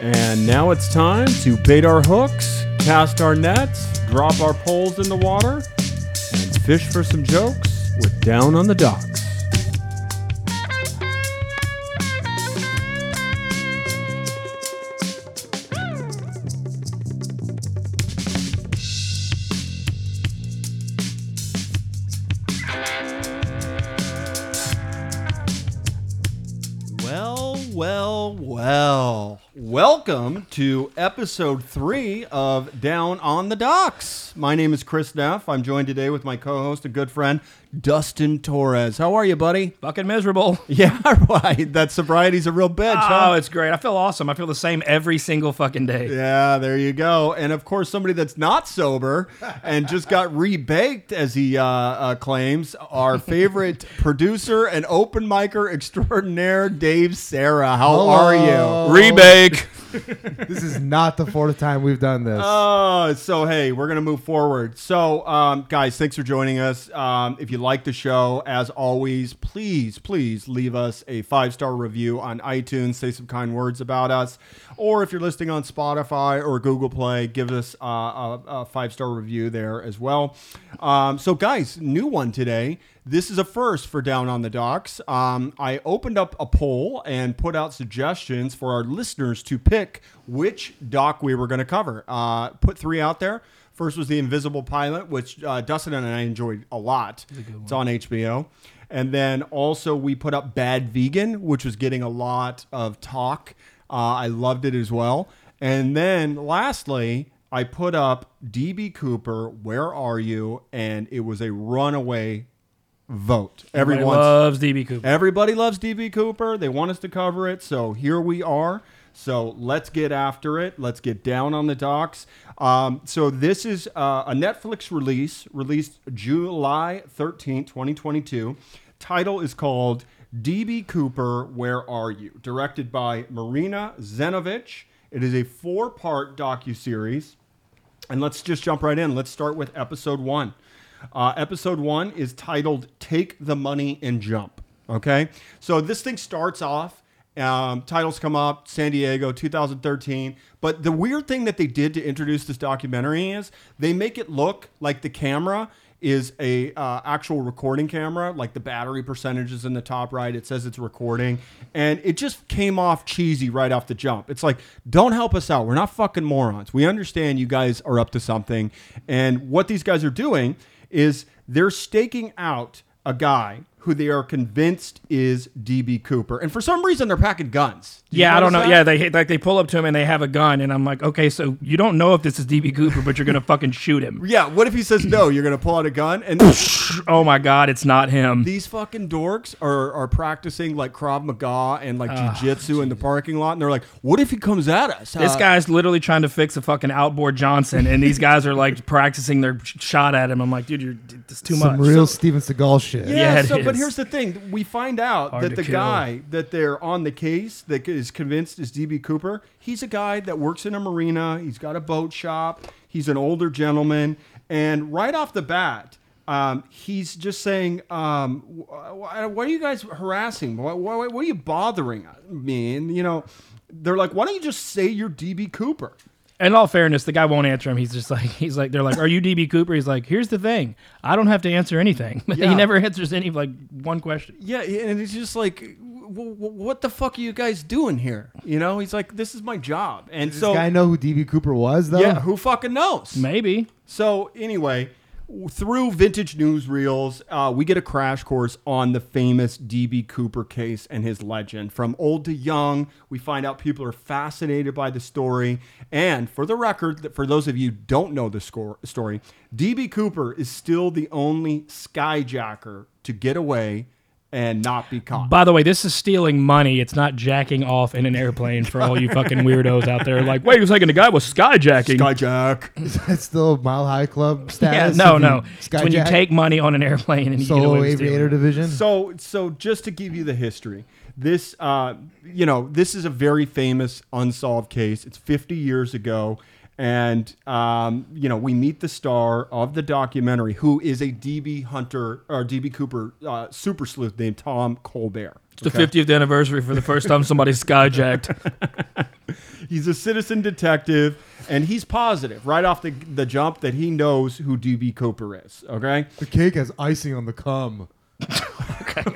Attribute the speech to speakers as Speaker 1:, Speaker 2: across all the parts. Speaker 1: And now it's time to bait our hooks, cast our nets, drop our poles in the water, and fish for some jokes with Down on the Docks.
Speaker 2: Well, well, well. Welcome to episode three of Down on the Docks. My name is Chris Neff. I'm joined today with my co host, a good friend, Dustin Torres. How are you, buddy?
Speaker 3: Fucking miserable.
Speaker 2: Yeah, right. That sobriety's a real bitch,
Speaker 3: Oh,
Speaker 2: huh?
Speaker 3: it's great. I feel awesome. I feel the same every single fucking day.
Speaker 2: Yeah, there you go. And of course, somebody that's not sober and just got rebaked, as he uh, uh, claims, our favorite producer and open micer extraordinaire, Dave Sarah. How are you?
Speaker 3: Rebake.
Speaker 4: This is not the fourth time we've done this.
Speaker 2: Oh, so hey, we're gonna move forward. So, um, guys, thanks for joining us. Um, if you like the show, as always, please, please leave us a five star review on iTunes. Say some kind words about us, or if you're listening on Spotify or Google Play, give us uh, a, a five star review there as well. Um, so, guys, new one today. This is a first for Down on the Docks. Um, I opened up a poll and put out suggestions for our listeners to pick which doc we were going to cover. Uh, put three out there. First was The Invisible Pilot, which uh, Dustin and I enjoyed a lot. It's on HBO. And then also we put up Bad Vegan, which was getting a lot of talk. Uh, I loved it as well. And then lastly, I put up DB Cooper, Where Are You? And it was a runaway vote.
Speaker 3: Everybody
Speaker 2: Everyone
Speaker 3: loves DB Cooper.
Speaker 2: everybody loves DB Cooper. They want us to cover it, so here we are. So let's get after it. Let's get down on the docks. Um, so this is uh, a Netflix release, released July 13, 2022. Title is called DB Cooper, Where Are You? Directed by Marina Zenovich. It is a four-part docu-series. And let's just jump right in. Let's start with episode one. Uh, episode one is titled Take the Money and Jump. Okay. So this thing starts off, um, titles come up, San Diego 2013. But the weird thing that they did to introduce this documentary is they make it look like the camera is a uh, actual recording camera like the battery percentage is in the top right it says it's recording and it just came off cheesy right off the jump it's like don't help us out we're not fucking morons we understand you guys are up to something and what these guys are doing is they're staking out a guy who they are convinced is db cooper and for some reason they're packing guns Did you
Speaker 3: Yeah, I don't know.
Speaker 2: notice
Speaker 3: Yeah,
Speaker 2: that?
Speaker 3: they like they pull up to him and they have a gun, and I'm like, okay, so you don't know if this is DB Cooper, but you're gonna fucking shoot him.
Speaker 2: yeah what if he says no you're gonna pull out a gun and
Speaker 3: Oh my God, it's not him.
Speaker 2: these fucking dorks are, are practicing like Krav Maga and like jujitsu in the parking lot, and they're like, "What if he comes at us?"
Speaker 3: This
Speaker 2: Uh,
Speaker 3: guy's literally trying to fix a fucking outboard Johnson, and these guys are like practicing their sh- shot at him. I'm like, dude, you're it's too
Speaker 4: Some
Speaker 3: much.
Speaker 4: real Steven Seagal shit.
Speaker 2: Yeah,
Speaker 3: Yeah, it
Speaker 2: so, but
Speaker 3: is.
Speaker 2: here's the thing: we find out
Speaker 3: Hard
Speaker 2: that
Speaker 3: to
Speaker 2: the
Speaker 3: kill.
Speaker 2: guy that they're on the case that is convinced is DB Cooper. He's a guy that works in a marina. He's got a boat shop. He's an older gentleman, and right off the bat. Um, he's just saying, um, wh- wh- "Why are you guys harassing? Why, why, why are you bothering me?" And you know, they're like, "Why don't you just say you're DB Cooper?"
Speaker 3: In all fairness, the guy won't answer him. He's just like, he's like, they're like, are you DB Cooper? He's like, here's the thing, I don't have to answer anything.
Speaker 2: Yeah.
Speaker 3: he never answers any like one question.
Speaker 2: Yeah, and it's just like, w- w- what the fuck are you guys doing here? You know, he's like, this is my job, and
Speaker 4: Does
Speaker 2: so
Speaker 4: this guy know who DB Cooper was though?
Speaker 2: yeah, who fucking knows?
Speaker 3: Maybe.
Speaker 2: So anyway, w- through vintage newsreels, uh, we get a crash course on the famous DB Cooper case and his legend. From old to young, we find out people are fascinated by the story. And for the record, th- for those of you who don't know the score, story, DB Cooper is still the only skyjacker to get away and not be caught.
Speaker 3: By the way, this is stealing money. It's not jacking off in an airplane for all you fucking weirdos out there. Like, wait a second, the guy was skyjacking.
Speaker 2: Skyjack.
Speaker 4: That's still Mile High Club
Speaker 3: yeah,
Speaker 4: status.
Speaker 3: no,
Speaker 4: if
Speaker 3: no.
Speaker 4: you
Speaker 3: It's when you
Speaker 4: skyjack
Speaker 3: take money on an airplane and you get away
Speaker 4: solo
Speaker 3: with stealing.
Speaker 4: aviator division.
Speaker 2: So, so just to give you the history, this, uh, you know, this is a very famous unsolved case. It's 50 years ago, and um, you know, we meet the star of the documentary, who is a DB Hunter or DB Cooper uh, super sleuth named Tom Colbert.
Speaker 3: It's the 50th anniversary for the first time somebody skyjacked.
Speaker 2: He's a citizen detective, and he's positive right off the, the jump that he knows who DB Cooper is. Okay.
Speaker 4: The cake has icing on the cum.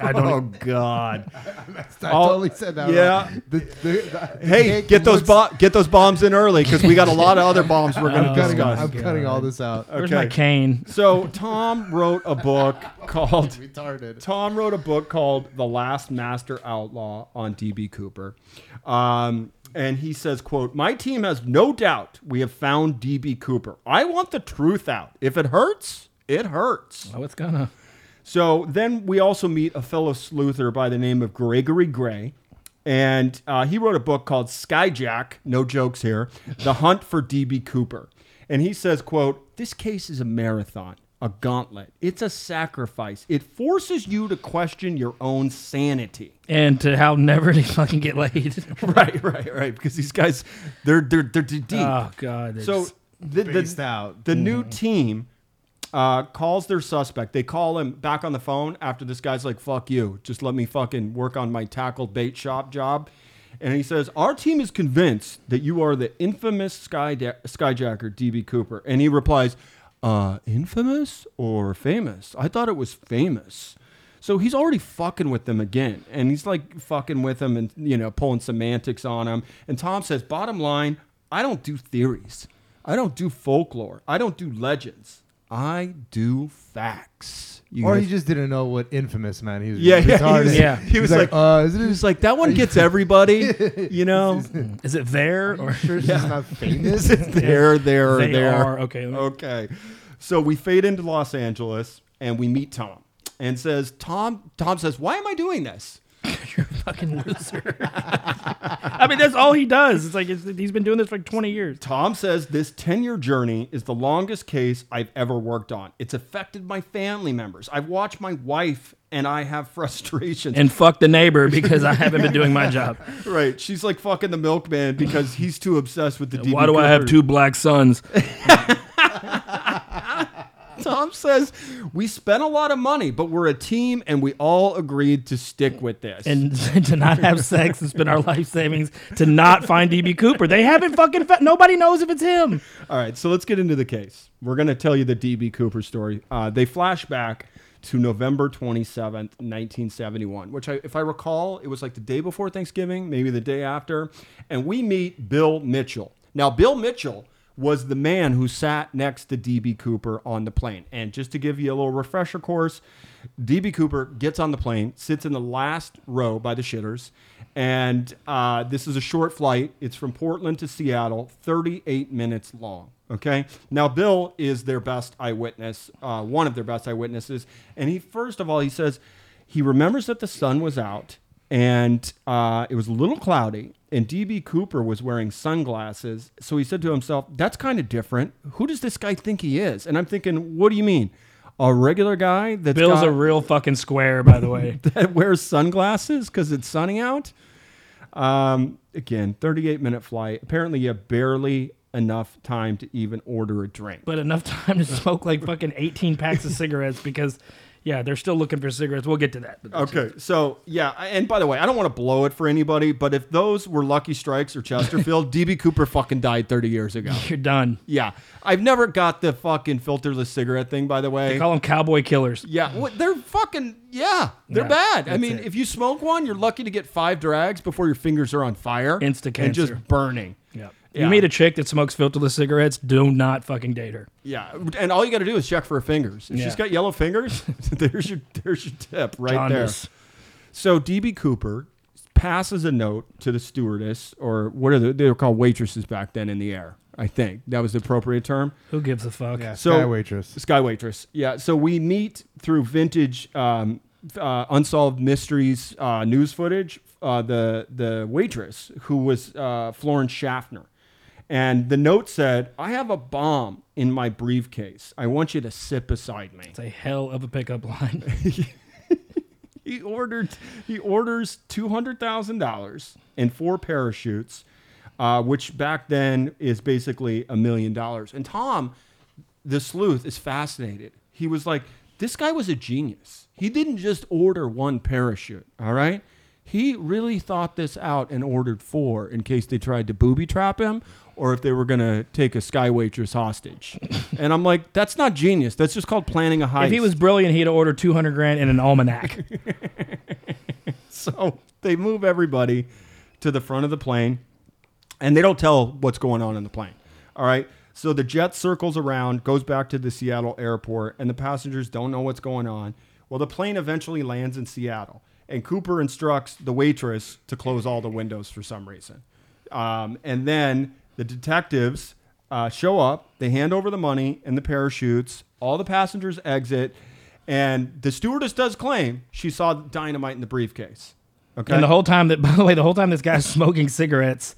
Speaker 2: I don't oh God.
Speaker 4: I
Speaker 2: Oh,
Speaker 4: totally said that.
Speaker 2: yeah.
Speaker 4: wrong. The- the- the- the
Speaker 2: Hey,
Speaker 4: cake
Speaker 2: get those
Speaker 4: looks-
Speaker 2: bo- get those bombs in early because we got a lot of other bombs we're going to
Speaker 4: I'm, cutting,
Speaker 2: discuss.
Speaker 4: I'm cutting all this out.
Speaker 3: Where's my cane?
Speaker 2: So Tom wrote a book called
Speaker 4: Retarded.
Speaker 2: Tom wrote a book called The Last Master Outlaw on DB Cooper. Um, and he says, quote, My team has no doubt we have found DB Cooper. I want the truth out. If it hurts, it hurts.
Speaker 3: Oh, it's gonna.
Speaker 2: So then we also meet a fellow sleuther by the name of Gregory Gray. And uh, he wrote a book called Skyjack, no jokes here, The Hunt for D.B. Cooper. And he says, quote, this case is a marathon, a gauntlet. It's a sacrifice. It forces you to question your own sanity.
Speaker 3: And to how never to fucking get laid.
Speaker 2: Right, right, right. Because these guys, they're, they're, they're deep.
Speaker 3: oh God. it's-
Speaker 2: so the,
Speaker 4: Based
Speaker 2: the,
Speaker 4: out. Mm-hmm.
Speaker 2: the new team uh, calls their suspect. They call him back on the phone after this guy's like, fuck you. Just let me fucking work on my tackle bait shop job. And he says, Our team is convinced that you are the infamous sky skyjacker, DB Cooper. And he replies, uh, Infamous or famous? I thought it was famous. So he's already fucking with them again. And he's like fucking with them and, you know, pulling semantics on them. And Tom says, Bottom line, I don't do theories. I don't do folklore. I don't do legends. I do facts. You
Speaker 4: Or
Speaker 2: guys-
Speaker 4: he just didn't know what infamous meant. He was
Speaker 2: yeah, yeah, he
Speaker 4: retarded.
Speaker 2: was,
Speaker 3: Yeah.
Speaker 2: He was
Speaker 4: He's
Speaker 2: like,
Speaker 4: uh, isn't
Speaker 2: he
Speaker 4: it
Speaker 2: was like, that one gets everybody, you know.
Speaker 3: is it there or
Speaker 4: sure she's not famous?
Speaker 2: there, there,
Speaker 3: They
Speaker 2: there.
Speaker 3: are. Okay, let me-
Speaker 2: Okay. So we fade into Los Angeles and we meet Tom and says, Tom, Tom says, why am I doing this?
Speaker 3: fucking loser? I mean, that's all he does. It's like it's, he's been doing this for like 20 years.
Speaker 2: Tom says this 10 year journey is the longest case I've ever worked on. It's affected my family members. I've watched my wife and I have frustrations.
Speaker 3: And fuck the neighbor because I haven't been doing my job.
Speaker 2: right. She's like fucking the milkman because he's too obsessed with the DB
Speaker 3: Why do I have
Speaker 2: Cooper.
Speaker 3: two black sons?
Speaker 2: Tom says, We spent a lot of money, but we're a team and we all agreed to stick with this.
Speaker 3: and to not have sex has been our life savings. To not find DB Cooper, they haven't fucking. Fa- nobody knows if it's him.
Speaker 2: All right, so let's get into the case. We're going to tell you the DB Cooper story. Uh, they flash back to November 27th, 1971, which, I, if I recall, it was like the day before Thanksgiving, maybe the day after. And we meet Bill Mitchell. Now, Bill Mitchell was the man who sat next to DB Cooper on the plane. And just to give you a little refresher course, DB Cooper gets on the plane, sits in the last row by the shitters, and uh, this is a short flight. It's from Portland to Seattle, 38 minutes long. Okay. Now, Bill is their best eyewitness, uh, one of their best eyewitnesses. And he, first of all, he says he remembers that the sun was out and uh, it was a little cloudy. And DB Cooper was wearing sunglasses. So he said to himself, That's kind of different. Who does this guy think he is? And I'm thinking, What do you mean? A regular guy that's
Speaker 3: Bill's
Speaker 2: got-
Speaker 3: a real fucking square, by the way.
Speaker 2: that wears sunglasses because it's sunny out. Um, again, 38 minute flight. Apparently, you have barely enough time to even order a drink.
Speaker 3: But enough time to smoke like fucking 18 packs of cigarettes because, yeah, they're still looking for cigarettes. We'll get to that. But
Speaker 2: Okay, so yeah, and by the way, I don't want to blow it for anybody, but if those were Lucky Strikes or Chesterfield, DB Cooper fucking died 30 years ago.
Speaker 3: You're done.
Speaker 2: Yeah, I've never got the fucking filterless cigarette thing, by the way.
Speaker 3: They call them cowboy killers.
Speaker 2: yeah, what- they're fucking, yeah, they're
Speaker 3: Yeah,
Speaker 2: bad. I
Speaker 3: that's
Speaker 2: mean,
Speaker 3: it.
Speaker 2: if you smoke one, you're lucky to get five drags before your fingers are on fire.
Speaker 3: Insta
Speaker 2: And just
Speaker 3: cancer.
Speaker 2: burning.
Speaker 3: Yeah.
Speaker 2: Yeah.
Speaker 3: You meet a chick that smokes filterless cigarettes, do not fucking date her.
Speaker 2: Yeah, and all you got to do is check for her fingers. If
Speaker 3: Yeah.
Speaker 2: she's got yellow fingers, there's your there's your tip right
Speaker 3: Jaundice.
Speaker 2: there. So DB Cooper passes a note to the stewardess, or what are the, they were called waitresses back then in the air. I think that was the appropriate term.
Speaker 3: Who gives a fuck?
Speaker 4: Yeah,
Speaker 2: So-
Speaker 4: sky waitress.
Speaker 2: Sky waitress. Yeah. So we meet through vintage um, uh, unsolved mysteries uh, news footage. Uh, the the waitress who was uh, Florence Schaffner, and the note said, "I have a bomb in my briefcase. I want you to sit beside me."
Speaker 3: It's a hell of a pickup line.
Speaker 2: He ordered he orders two hundred thousand dollars and four parachutes, uh, which back then is basically a million dollars. And Tom, the sleuth, is fascinated. He was like, "This guy was a genius. He didn't just order one parachute. All right, he really thought this out and ordered four in case they tried to booby trap him or if they were going to take a sky waitress hostage. and I'm like, that's not genius. That's just called planning a heist.
Speaker 3: If he was brilliant, he'd have ordered 200 grand in an almanac.
Speaker 2: So they move everybody to the front of the plane, and they don't tell what's going on in the plane. All right. So the jet circles around, goes back to the Seattle airport, and the passengers don't know what's going on. Well, the plane eventually lands in Seattle, and Cooper instructs the waitress to close all the windows for some reason. Um, and then the detectives uh, show up, they hand over the money and the parachutes, all the passengers exit, and the stewardess does claim she saw dynamite in the briefcase. Okay.
Speaker 3: and the whole time that, by the way, the whole time this guy's smoking cigarettes.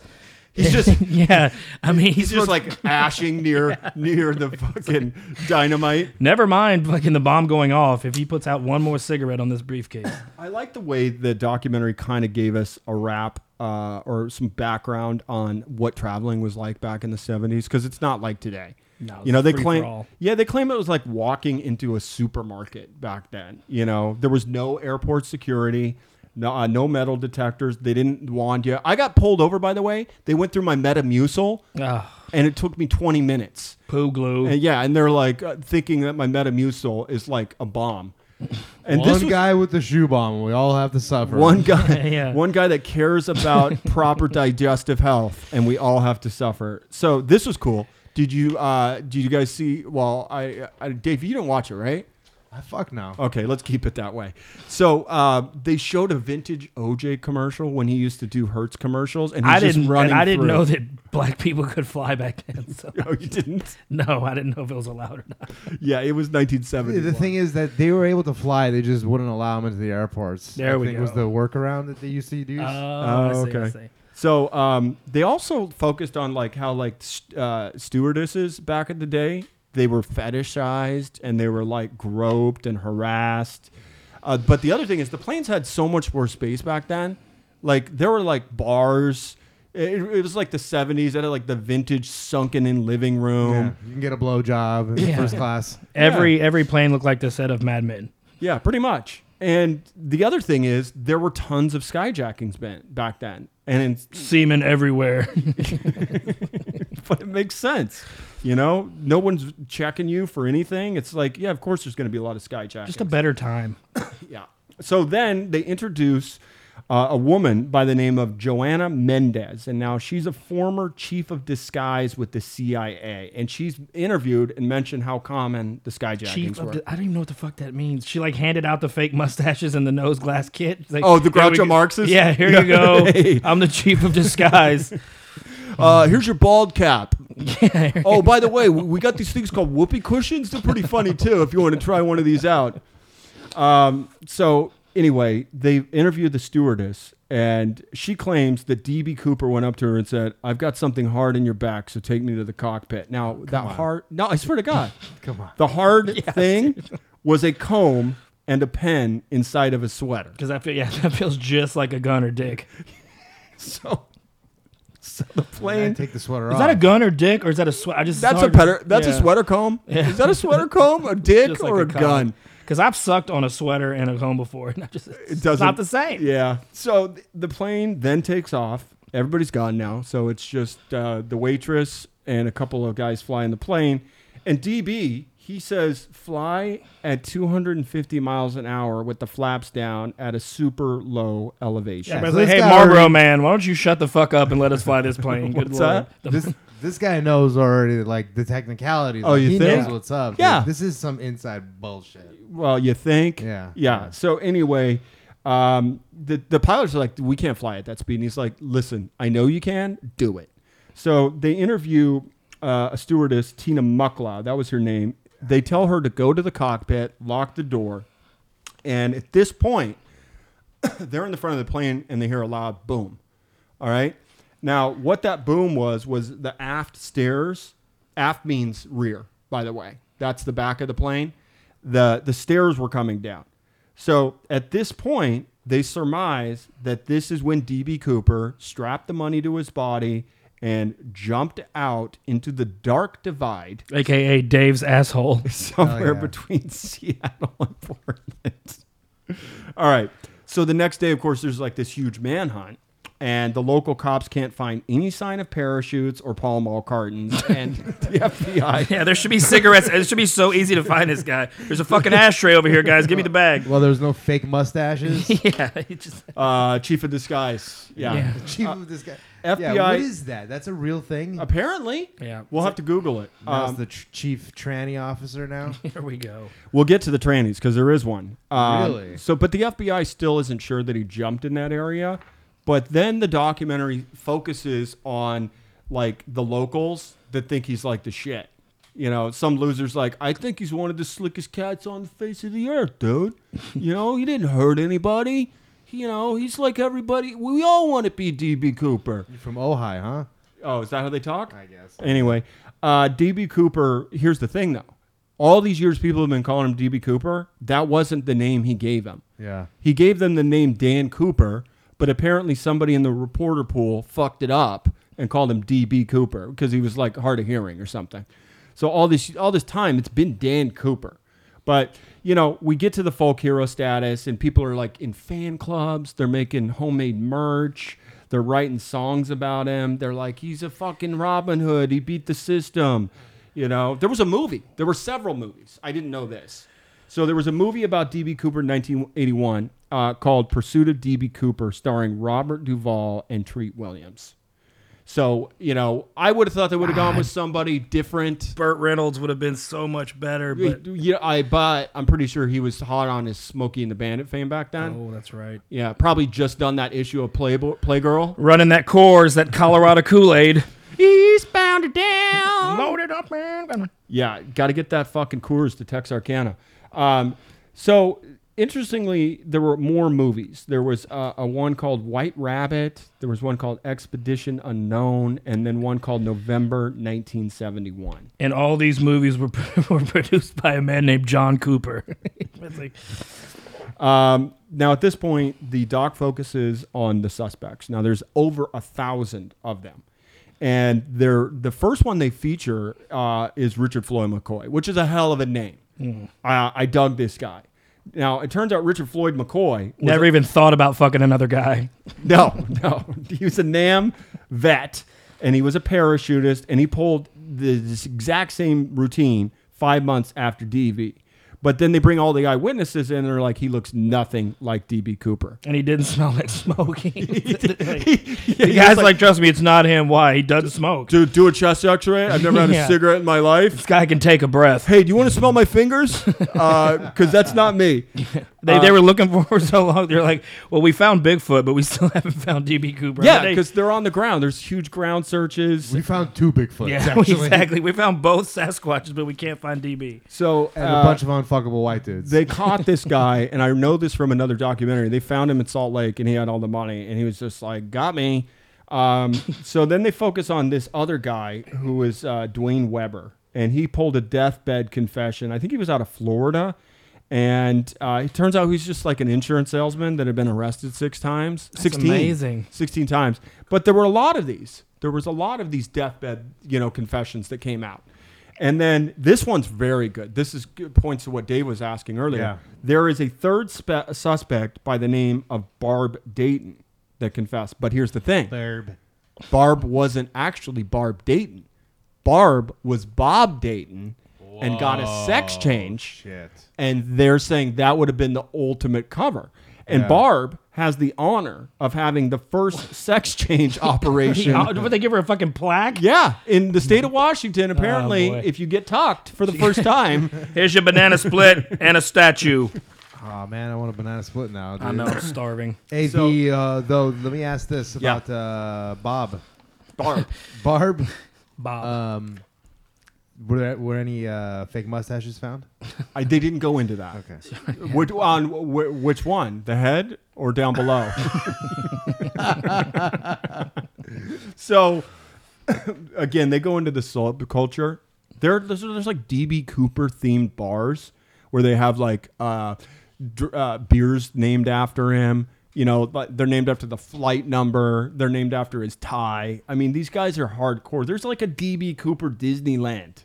Speaker 2: he's just
Speaker 3: yeah, I mean,
Speaker 2: he's just like ashing near near the fucking dynamite.
Speaker 3: Never mind fucking the bomb going off if he puts out one more cigarette on this briefcase.
Speaker 2: I like the way the documentary kind of gave us a wrap uh, or some background on what traveling was like back in the 70s because it's not like today.
Speaker 3: No,
Speaker 2: you know
Speaker 3: it's
Speaker 2: they
Speaker 3: free
Speaker 2: claim
Speaker 3: for all.
Speaker 2: yeah they claim it was like walking into a supermarket back then. You know there was no airport security, no uh, no metal detectors. They didn't wand you. I got pulled over by the way. They went through my Metamucil
Speaker 3: Ugh,
Speaker 2: and it took me 20 minutes.
Speaker 3: poo glue.
Speaker 2: And yeah, and they're like uh, thinking that my Metamucil is like a bomb. And
Speaker 4: One
Speaker 2: this was-
Speaker 4: guy with the shoe bomb. We all have to suffer.
Speaker 2: one guy,
Speaker 3: Yeah.
Speaker 2: one guy that cares about proper digestive health, and we all have to suffer. So this was cool. Did you, uh, did you guys see? Well, I, I, Dave, you didn't watch it, right?
Speaker 4: Ah, fuck now.
Speaker 2: Okay, let's keep it that way. So uh, they showed a vintage OJ commercial when he used to do Hertz commercials, and he's
Speaker 3: I
Speaker 2: just
Speaker 3: didn't.
Speaker 2: running.
Speaker 3: And I didn't
Speaker 2: through.
Speaker 3: know that black people could fly back then. So
Speaker 2: No, you didn't.
Speaker 3: no, I didn't know if it was allowed or not.
Speaker 2: Yeah, it was 1970.
Speaker 4: The thing is that they were able to fly. They just wouldn't allow them into the airports.
Speaker 3: There
Speaker 4: I
Speaker 3: we
Speaker 4: think was the
Speaker 3: go.
Speaker 4: workaround that they used to use.
Speaker 3: Oh, I see, I see.
Speaker 2: So um, they also focused on like how like st- uh, stewardesses back in the day they were fetishized and they were like groped and harassed. Uh, but the other thing is the planes had so much more space back then. Like there were like bars. It, it was like the '70s. That had like the vintage sunken-in living
Speaker 4: Yeah,
Speaker 2: room.
Speaker 4: you can get a blowjob in
Speaker 3: Yeah.
Speaker 4: first class.
Speaker 3: Every every plane looked like the set of Mad Men.
Speaker 2: Yeah, pretty much. And the other thing is there were tons of skyjackings ba- back then, and in
Speaker 3: Seamen everywhere.
Speaker 2: but it makes sense. You know, no one's checking you for anything. It's like, yeah, of course, there's going to be a lot of skyjacking.
Speaker 3: Just a better time.
Speaker 2: yeah. So then they introduce uh, a woman by the name of Joanna Mendez, and now she's a former chief of disguise with the CIA, and she's interviewed and mentioned how common the skyjackings
Speaker 3: Chief
Speaker 2: were.
Speaker 3: of the, I don't even know what the fuck that means. She like handed out the fake mustaches and the nose glass kit. It's like,
Speaker 2: Oh, the
Speaker 3: here we
Speaker 2: Groucho
Speaker 3: go.
Speaker 2: Marxes?
Speaker 3: Yeah, here you go.
Speaker 2: Hey.
Speaker 3: I'm the chief of disguise.
Speaker 2: uh, here's your bald cap. oh, by the way, we we got these things called whoopee cushions. They're pretty funny too. If you want to try one of these out. Um, so anyway, they interviewed the stewardess, and she claims that DB Cooper went up to her and said, "I've got something hard in your back, so take me to the cockpit." Now that hard, no, I swear to God,
Speaker 4: Come on.
Speaker 2: the hard thing was a comb and a pen inside of a sweater.
Speaker 3: Because I feel yeah, that feels just like a gun or dick.
Speaker 2: So, so the
Speaker 4: I
Speaker 2: plane.
Speaker 4: take the sweater
Speaker 3: Is
Speaker 4: off.
Speaker 3: that a gun or dick or is that a sweat? I just
Speaker 2: That's a petter, That's
Speaker 3: Yeah.
Speaker 2: a sweater comb. Is that a sweater comb, a dick, or a gun?
Speaker 3: Because I've sucked on a sweater and a comb before, and I just it's
Speaker 2: doesn't-
Speaker 3: not the same.
Speaker 2: Yeah. So th- the plane then takes off. Everybody's gone now. So it's just uh, the waitress and a couple of guys flying the plane. And DB, he says, fly at 250 miles an hour with the flaps down at a super low elevation.
Speaker 3: Everybody's
Speaker 4: so
Speaker 3: like,
Speaker 4: this
Speaker 3: hey,
Speaker 4: guy
Speaker 3: Marlboro
Speaker 4: already-
Speaker 3: man, why don't you shut the fuck up and let us fly this plane? Good
Speaker 2: What's
Speaker 3: lord.
Speaker 2: that?
Speaker 3: The-
Speaker 4: this this guy knows already like the technicalities.
Speaker 2: Oh,
Speaker 4: Like,
Speaker 2: you
Speaker 4: he
Speaker 2: think?
Speaker 4: knows what's up. dude.
Speaker 2: Yeah.
Speaker 4: this is some inside bullshit.
Speaker 2: Well, you think?
Speaker 4: Yeah.
Speaker 2: Yeah.
Speaker 4: Yeah.
Speaker 2: So anyway, um, the the pilots are like, we can't fly at that speed. And he's like, listen, I know you can. Do it. So they interview uh, a stewardess, Tina Muckla. That was her name. They tell her to go to the cockpit, lock the door, and at this point, they're in the front of the plane and they hear a loud boom. All right. Now, what that boom was was the aft stairs. Aft means rear, by the way. That's the back of the plane. The the stairs were coming down. So at this point, they surmise that this is when DB Cooper strapped the money to his body and jumped out into the dark divide
Speaker 3: AKA Dave's asshole.
Speaker 2: somewhere
Speaker 4: yeah.
Speaker 2: between Seattle and Portland. All right. So the next day, of course, there's like this huge manhunt. And the local cops can't find any sign of parachutes or Pall Mall cartons. And the FBI
Speaker 5: Yeah, there should be cigarettes. It should be so easy to find this guy. There's a fucking ashtray over here, guys. Give me the bag.
Speaker 4: Well, there's no fake mustaches.
Speaker 5: Yeah, he just,
Speaker 2: Uh, chief of disguise. Yeah.
Speaker 3: Yeah.
Speaker 4: Chief of this guy. Yeah,
Speaker 2: FBI
Speaker 4: what is that? That's a real thing.
Speaker 3: Uh,
Speaker 2: Apparently.
Speaker 3: Yeah.
Speaker 2: We'll have to Google it.
Speaker 4: That's
Speaker 2: Um,
Speaker 4: the tr- chief tranny officer now.
Speaker 3: Here we go.
Speaker 2: we'll get to the trannies because there is one. Um,
Speaker 4: Really?
Speaker 2: So, but the FBI still isn't sure that he jumped in that area. But then the documentary focuses on like the locals that think he's like the shit. You know, some losers like I think he's one of the slickest cats on the face of the earth, dude. You know, he didn't hurt anybody. You know, he's like everybody. We all want to be DB Cooper.
Speaker 4: From Ojai, huh?
Speaker 2: Oh, is that how they talk?
Speaker 4: I guess.
Speaker 2: Anyway, uh, DB Cooper. Here's the thing, though. All these years, people have been calling him DB Cooper. That wasn't the name he gave him.
Speaker 4: Yeah.
Speaker 2: He gave them the name Dan Cooper, but apparently somebody in the reporter pool fucked it up and called him DB Cooper because he was like hard of hearing or something. So all this all this time, it's been Dan Cooper. But you know, we get to the folk hero status, and people are like in fan clubs. They're making homemade merch. They're writing songs about him. They're like, he's a fucking Robin Hood. He beat the system. You know, there was a movie. There were several movies. I didn't know this. So there was a movie about DB Cooper in 1981 uh, called Pursuit of DB Cooper, starring Robert Duvall and Treat Williams. So you know, I would have thought they would have gone with somebody different.
Speaker 5: Burt Reynolds would have been so much better, but
Speaker 2: Yeah, I but I'm pretty sure he was hot on his Smokey and the Bandit fame back then.
Speaker 3: Oh, that's right.
Speaker 2: Yeah, probably just done that issue of Playboy, Playgirl.
Speaker 5: running that Coors, that Colorado Kool Aid.
Speaker 2: Eastbound or down.
Speaker 5: Loaded up, man.
Speaker 2: Yeah, got to get that fucking Coors to Texarkana. Um, so interestingly, there were more movies. There was uh, a one called White Rabbit. There was one called Expedition Unknown, and then one called November 1971.
Speaker 5: And all these movies were, were produced by a man named John Cooper. It's like-
Speaker 2: Um, now, at this point, the doc focuses on the suspects. Now, there's over a thousand of them, and they're the first one they feature uh, is Richard Floyd McCoy, which is a hell of a name. I, I dug this guy. Now, it turns out Richard Floyd McCoy was
Speaker 5: Never even thought about fucking another guy.
Speaker 2: No, no. He was a NAM vet, and he was a parachutist, and he pulled the, this exact same routine five months after DV. But then they bring all the eyewitnesses in, and they're like, he looks nothing like DB Cooper.
Speaker 5: And he didn't smell like smoking.
Speaker 2: Yeah,
Speaker 5: the guy's like, trust me, it's not him. Why? He doesn't smoke.
Speaker 2: dude, do a chest X-ray. I've never had
Speaker 5: Yeah.
Speaker 2: a cigarette in my life.
Speaker 5: This guy can take a breath.
Speaker 2: Hey, do you want to smell my fingers? Because that's not me.
Speaker 5: They,
Speaker 3: Uh,
Speaker 5: they were looking for him so long. They're like, well, we found Bigfoot, but we still haven't found DB Cooper.
Speaker 2: Yeah,
Speaker 5: They-
Speaker 2: because they're on the ground. There's huge ground searches.
Speaker 4: We found two Bigfoots,
Speaker 5: yeah,
Speaker 4: actually.
Speaker 5: exactly. We found both Sasquatches, but we can't find DB.
Speaker 2: So
Speaker 4: And
Speaker 2: uh,
Speaker 4: a bunch of unfuckable white dudes.
Speaker 2: they caught this guy, and I know this from another documentary. They found him in Salt Lake, and he had all the money, and he was just like, "Got me." Um, so then they focus on this other guy who is uh, Dwayne Weber, and he pulled a deathbed confession. I think he was out of Florida, and uh, it turns out he's just like an insurance salesman that had been arrested six times, sixteen,
Speaker 5: amazing.
Speaker 2: sixteen times. But there were a lot of these. There was a lot of these deathbed, you know, confessions that came out. And then this one's very good. This is good- points to what Dave was asking earlier.
Speaker 4: Yeah.
Speaker 2: There is a third spe- suspect by the name of Barb Dayton that confessed. But here's the thing
Speaker 4: Barb.
Speaker 2: Barb wasn't actually Barb Dayton, Barb was Bob Dayton and got a sex change
Speaker 4: Shit.
Speaker 2: and they're saying that would have been the ultimate cover. And
Speaker 4: Yeah.
Speaker 2: Barb has the honor of having the first sex change operation.
Speaker 5: Oh, would they give her a fucking plaque?
Speaker 2: yeah, in the state of Washington, apparently,
Speaker 5: boy.
Speaker 2: if you get tucked for the first time,
Speaker 5: Here's your banana split and a statue.
Speaker 4: Oh, man, I want a banana split now, dude.
Speaker 5: I know, I'm starving.
Speaker 4: Hey,
Speaker 2: So-
Speaker 4: the, uh, though, let me ask this
Speaker 2: Yeah.
Speaker 4: about uh, Bob.
Speaker 2: Barb.
Speaker 4: Barb,
Speaker 5: Bob.
Speaker 4: um, were, there, were any uh, fake mustaches found?
Speaker 2: I, they didn't go into that.
Speaker 4: Okay.
Speaker 2: Which, on wh- which one, the head or down below? so, again, they go into the subculture. There, there's, there's like DB Cooper themed bars where they have like uh, dr- uh, beers named after him. You know, like, they're named after the flight number. They're named after his tie. I mean, these guys are hardcore. There's like a DB Cooper Disneyland.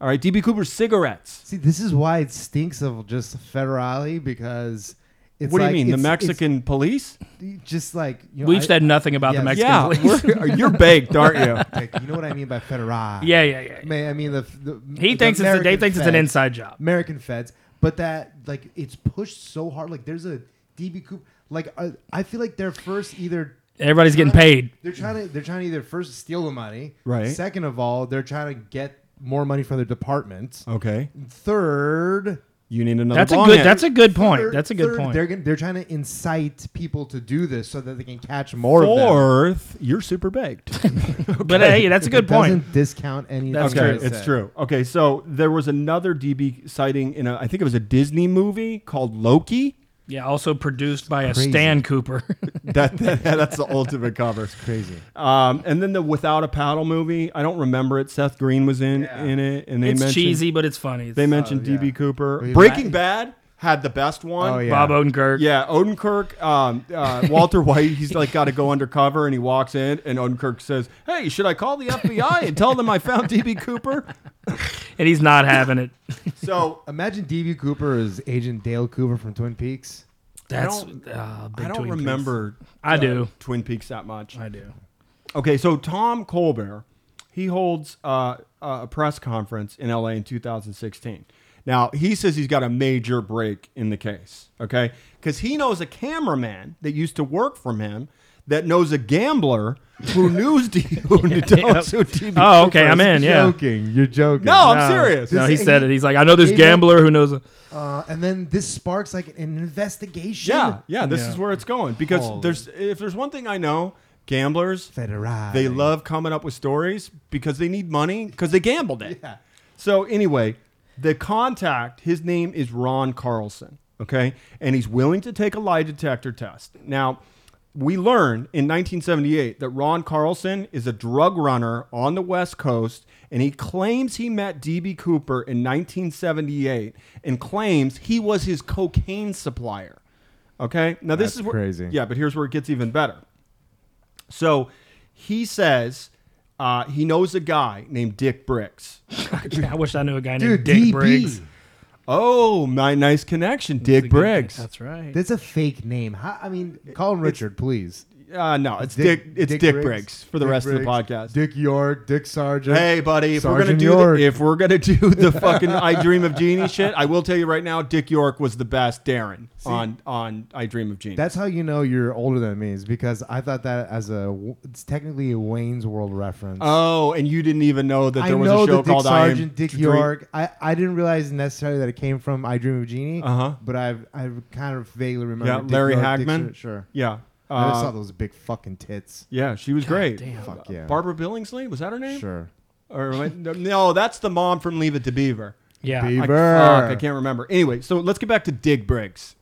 Speaker 2: All right, DB Cooper cigarettes.
Speaker 4: See, this is why it stinks of just federale because It's
Speaker 2: what do you
Speaker 4: like-
Speaker 2: mean? The
Speaker 4: it's- it's
Speaker 2: Mexican police?
Speaker 4: just like you know,
Speaker 5: We've
Speaker 4: I-
Speaker 5: said nothing about the
Speaker 4: Yes.
Speaker 5: Mexican
Speaker 2: Yeah,
Speaker 5: police.
Speaker 2: we're- you're baked, aren't you?
Speaker 4: like, you know what I mean by federal.
Speaker 5: Yeah, yeah, yeah.
Speaker 4: Man, I mean the, the
Speaker 5: He
Speaker 4: the
Speaker 5: thinks it's a,
Speaker 4: American
Speaker 5: they thinks it's an
Speaker 4: feds-
Speaker 5: inside job.
Speaker 4: American feds, but that like it's pushed so hard. Like there's a DB Cooper. Like uh, I feel like they're first either
Speaker 5: Everybody's getting paid.
Speaker 4: They're trying to they're trying to either first steal the money,
Speaker 2: Right.
Speaker 4: Second of all, they're trying to get more money from their department.
Speaker 2: Okay,
Speaker 4: Third,
Speaker 2: you need another.
Speaker 5: That's a
Speaker 2: bong
Speaker 5: good.
Speaker 2: hit.
Speaker 5: That's a good
Speaker 4: third-
Speaker 5: point. That's a good
Speaker 4: third,
Speaker 5: point.
Speaker 4: They're gonna- they're trying to incite people to do this so that they can catch more of them.
Speaker 2: fourth. You're super baked.
Speaker 5: But hey, that's a good
Speaker 4: It
Speaker 5: point.
Speaker 4: Doesn't discount any.
Speaker 5: That's
Speaker 2: okay,
Speaker 5: true.
Speaker 2: it's true. Okay, so there was another DB sighting in a. I think it was a Disney movie called Loki.
Speaker 5: Yeah, also produced by a
Speaker 4: Crazy.
Speaker 5: Stan Cooper.
Speaker 2: That, that that's the ultimate cover.
Speaker 4: Crazy.
Speaker 2: Um, and then the Without a Paddle movie. I don't remember it. Seth Green was in
Speaker 4: Yeah. Oh,
Speaker 2: in it, and they
Speaker 5: it's
Speaker 2: mentioned
Speaker 5: cheesy, but it's funny. It's
Speaker 2: they mentioned
Speaker 4: yeah.
Speaker 2: DB Cooper.
Speaker 4: Well, you
Speaker 2: Breaking
Speaker 4: like-
Speaker 2: Bad had the best one.
Speaker 4: Oh yeah.
Speaker 5: Bob Odenkirk.
Speaker 2: Yeah, Odenkirk, um, uh, Walter White, he's like got to go undercover, and he walks in, and Odenkirk says, "Hey, should I call the FBI and tell them I found DB Cooper?"
Speaker 5: and he's not having it.
Speaker 2: So
Speaker 4: Imagine DB Cooper as Agent Dale Cooper from Twin Peaks.
Speaker 5: That's
Speaker 2: don't-
Speaker 5: uh, big
Speaker 2: I don't
Speaker 5: Twin Peaks.
Speaker 2: remember.
Speaker 5: I
Speaker 2: uh,
Speaker 5: do.
Speaker 2: Twin Peaks that much.
Speaker 5: I do.
Speaker 2: Okay, so Tom Colbert, he holds uh, a press conference in LA in 2016. Now, he says he's got a major break in the case, okay? Because he knows a cameraman that used to work from him that knows a gambler who knows D- who knows who DB
Speaker 5: Oh, okay,
Speaker 2: Cooper
Speaker 5: I'm
Speaker 2: is.
Speaker 5: in. Yeah.
Speaker 4: Joking. You're joking.
Speaker 2: No, I'm serious.
Speaker 5: No, he
Speaker 4: This-
Speaker 5: said it. He's like, I know this
Speaker 4: Gabriel-
Speaker 5: gambler who knows.
Speaker 4: Uh, and then this sparks like an investigation.
Speaker 2: yeah, yeah, this
Speaker 5: Yeah.
Speaker 2: is where it's going. Because
Speaker 4: Holy.
Speaker 2: there's if there's one thing I know, gamblers,
Speaker 4: Federal.
Speaker 2: they love coming up with stories because they need money because they gambled it.
Speaker 4: Yeah.
Speaker 2: So anyway, the contact, his name is Ron Carlson, okay? And he's willing to take a lie detector test. Now, we learn in 1978 that Ron Carlson is a drug runner on the West Coast and he claims he met DB Cooper in 1978 and claims he was his cocaine supplier. Okay? Now this
Speaker 4: That's
Speaker 2: is where,
Speaker 4: crazy.
Speaker 2: Yeah, but here's where it gets even better. So he says uh, he knows a guy named Dick Bricks.
Speaker 5: I wish I knew a guy named
Speaker 4: Dude,
Speaker 5: Dick
Speaker 4: DB.
Speaker 5: Briggs.
Speaker 2: Oh, my nice connection, Dick Briggs.
Speaker 5: That's right.
Speaker 4: That's a fake name. How, I mean, call him Richard, please.
Speaker 2: Uh, no, it's Dick. it's Dick, Briggs, for the
Speaker 4: Dick
Speaker 2: rest
Speaker 4: Briggs,
Speaker 2: of the podcast.
Speaker 4: Dick York, Dick Sargent.
Speaker 2: Hey, buddy, if we're gonna
Speaker 4: Sergeant
Speaker 2: do
Speaker 4: York.
Speaker 2: the, if we're gonna do the fucking I Dream of Genie shit, I will tell you right now, Dick York was the best Darren on on I Dream of Genie.
Speaker 4: That's how you know you're older than me, is because I thought that as a it's technically a Wayne's World reference.
Speaker 2: oh, and you didn't even know that
Speaker 4: I
Speaker 2: there was
Speaker 4: know
Speaker 2: a show
Speaker 4: that Dick
Speaker 2: called I Am
Speaker 4: Sargent, Dick
Speaker 2: Dream-
Speaker 4: York. I, I didn't realize necessarily that it came from I Dream of Genie,
Speaker 2: Uh-huh.
Speaker 4: but I've I kind of vaguely remember.
Speaker 2: Yeah,
Speaker 4: Dick
Speaker 2: Larry
Speaker 4: York,
Speaker 2: Hagman.
Speaker 4: Dick Sargent, sure.
Speaker 2: Yeah,
Speaker 4: I just
Speaker 2: Uh,
Speaker 4: saw those big fucking tits.
Speaker 2: yeah, she was great.
Speaker 4: Fuck yeah.
Speaker 2: Barbara Billingsley was that her name?
Speaker 4: Sure.
Speaker 2: Or am I- no, that's the mom from Leave It to Beaver.
Speaker 5: Yeah.
Speaker 4: Beaver.
Speaker 2: I, fuck, I can't remember. Anyway, so let's get back to Dig Briggs.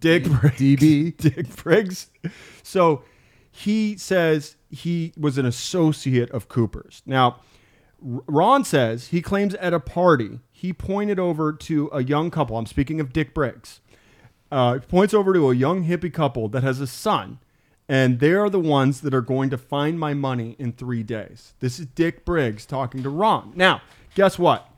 Speaker 2: Dig Briggs.
Speaker 4: DB.
Speaker 2: Dig Briggs. So he says he was an associate of Cooper's. Now, R- Ron says he claims at a party he pointed over to a young couple. I'm speaking of Dick Briggs. Uh, he points over to a young hippie couple that has a son, and they are the ones that are going to find my money in three days. This is Dick Briggs talking to Ron. Now, guess what?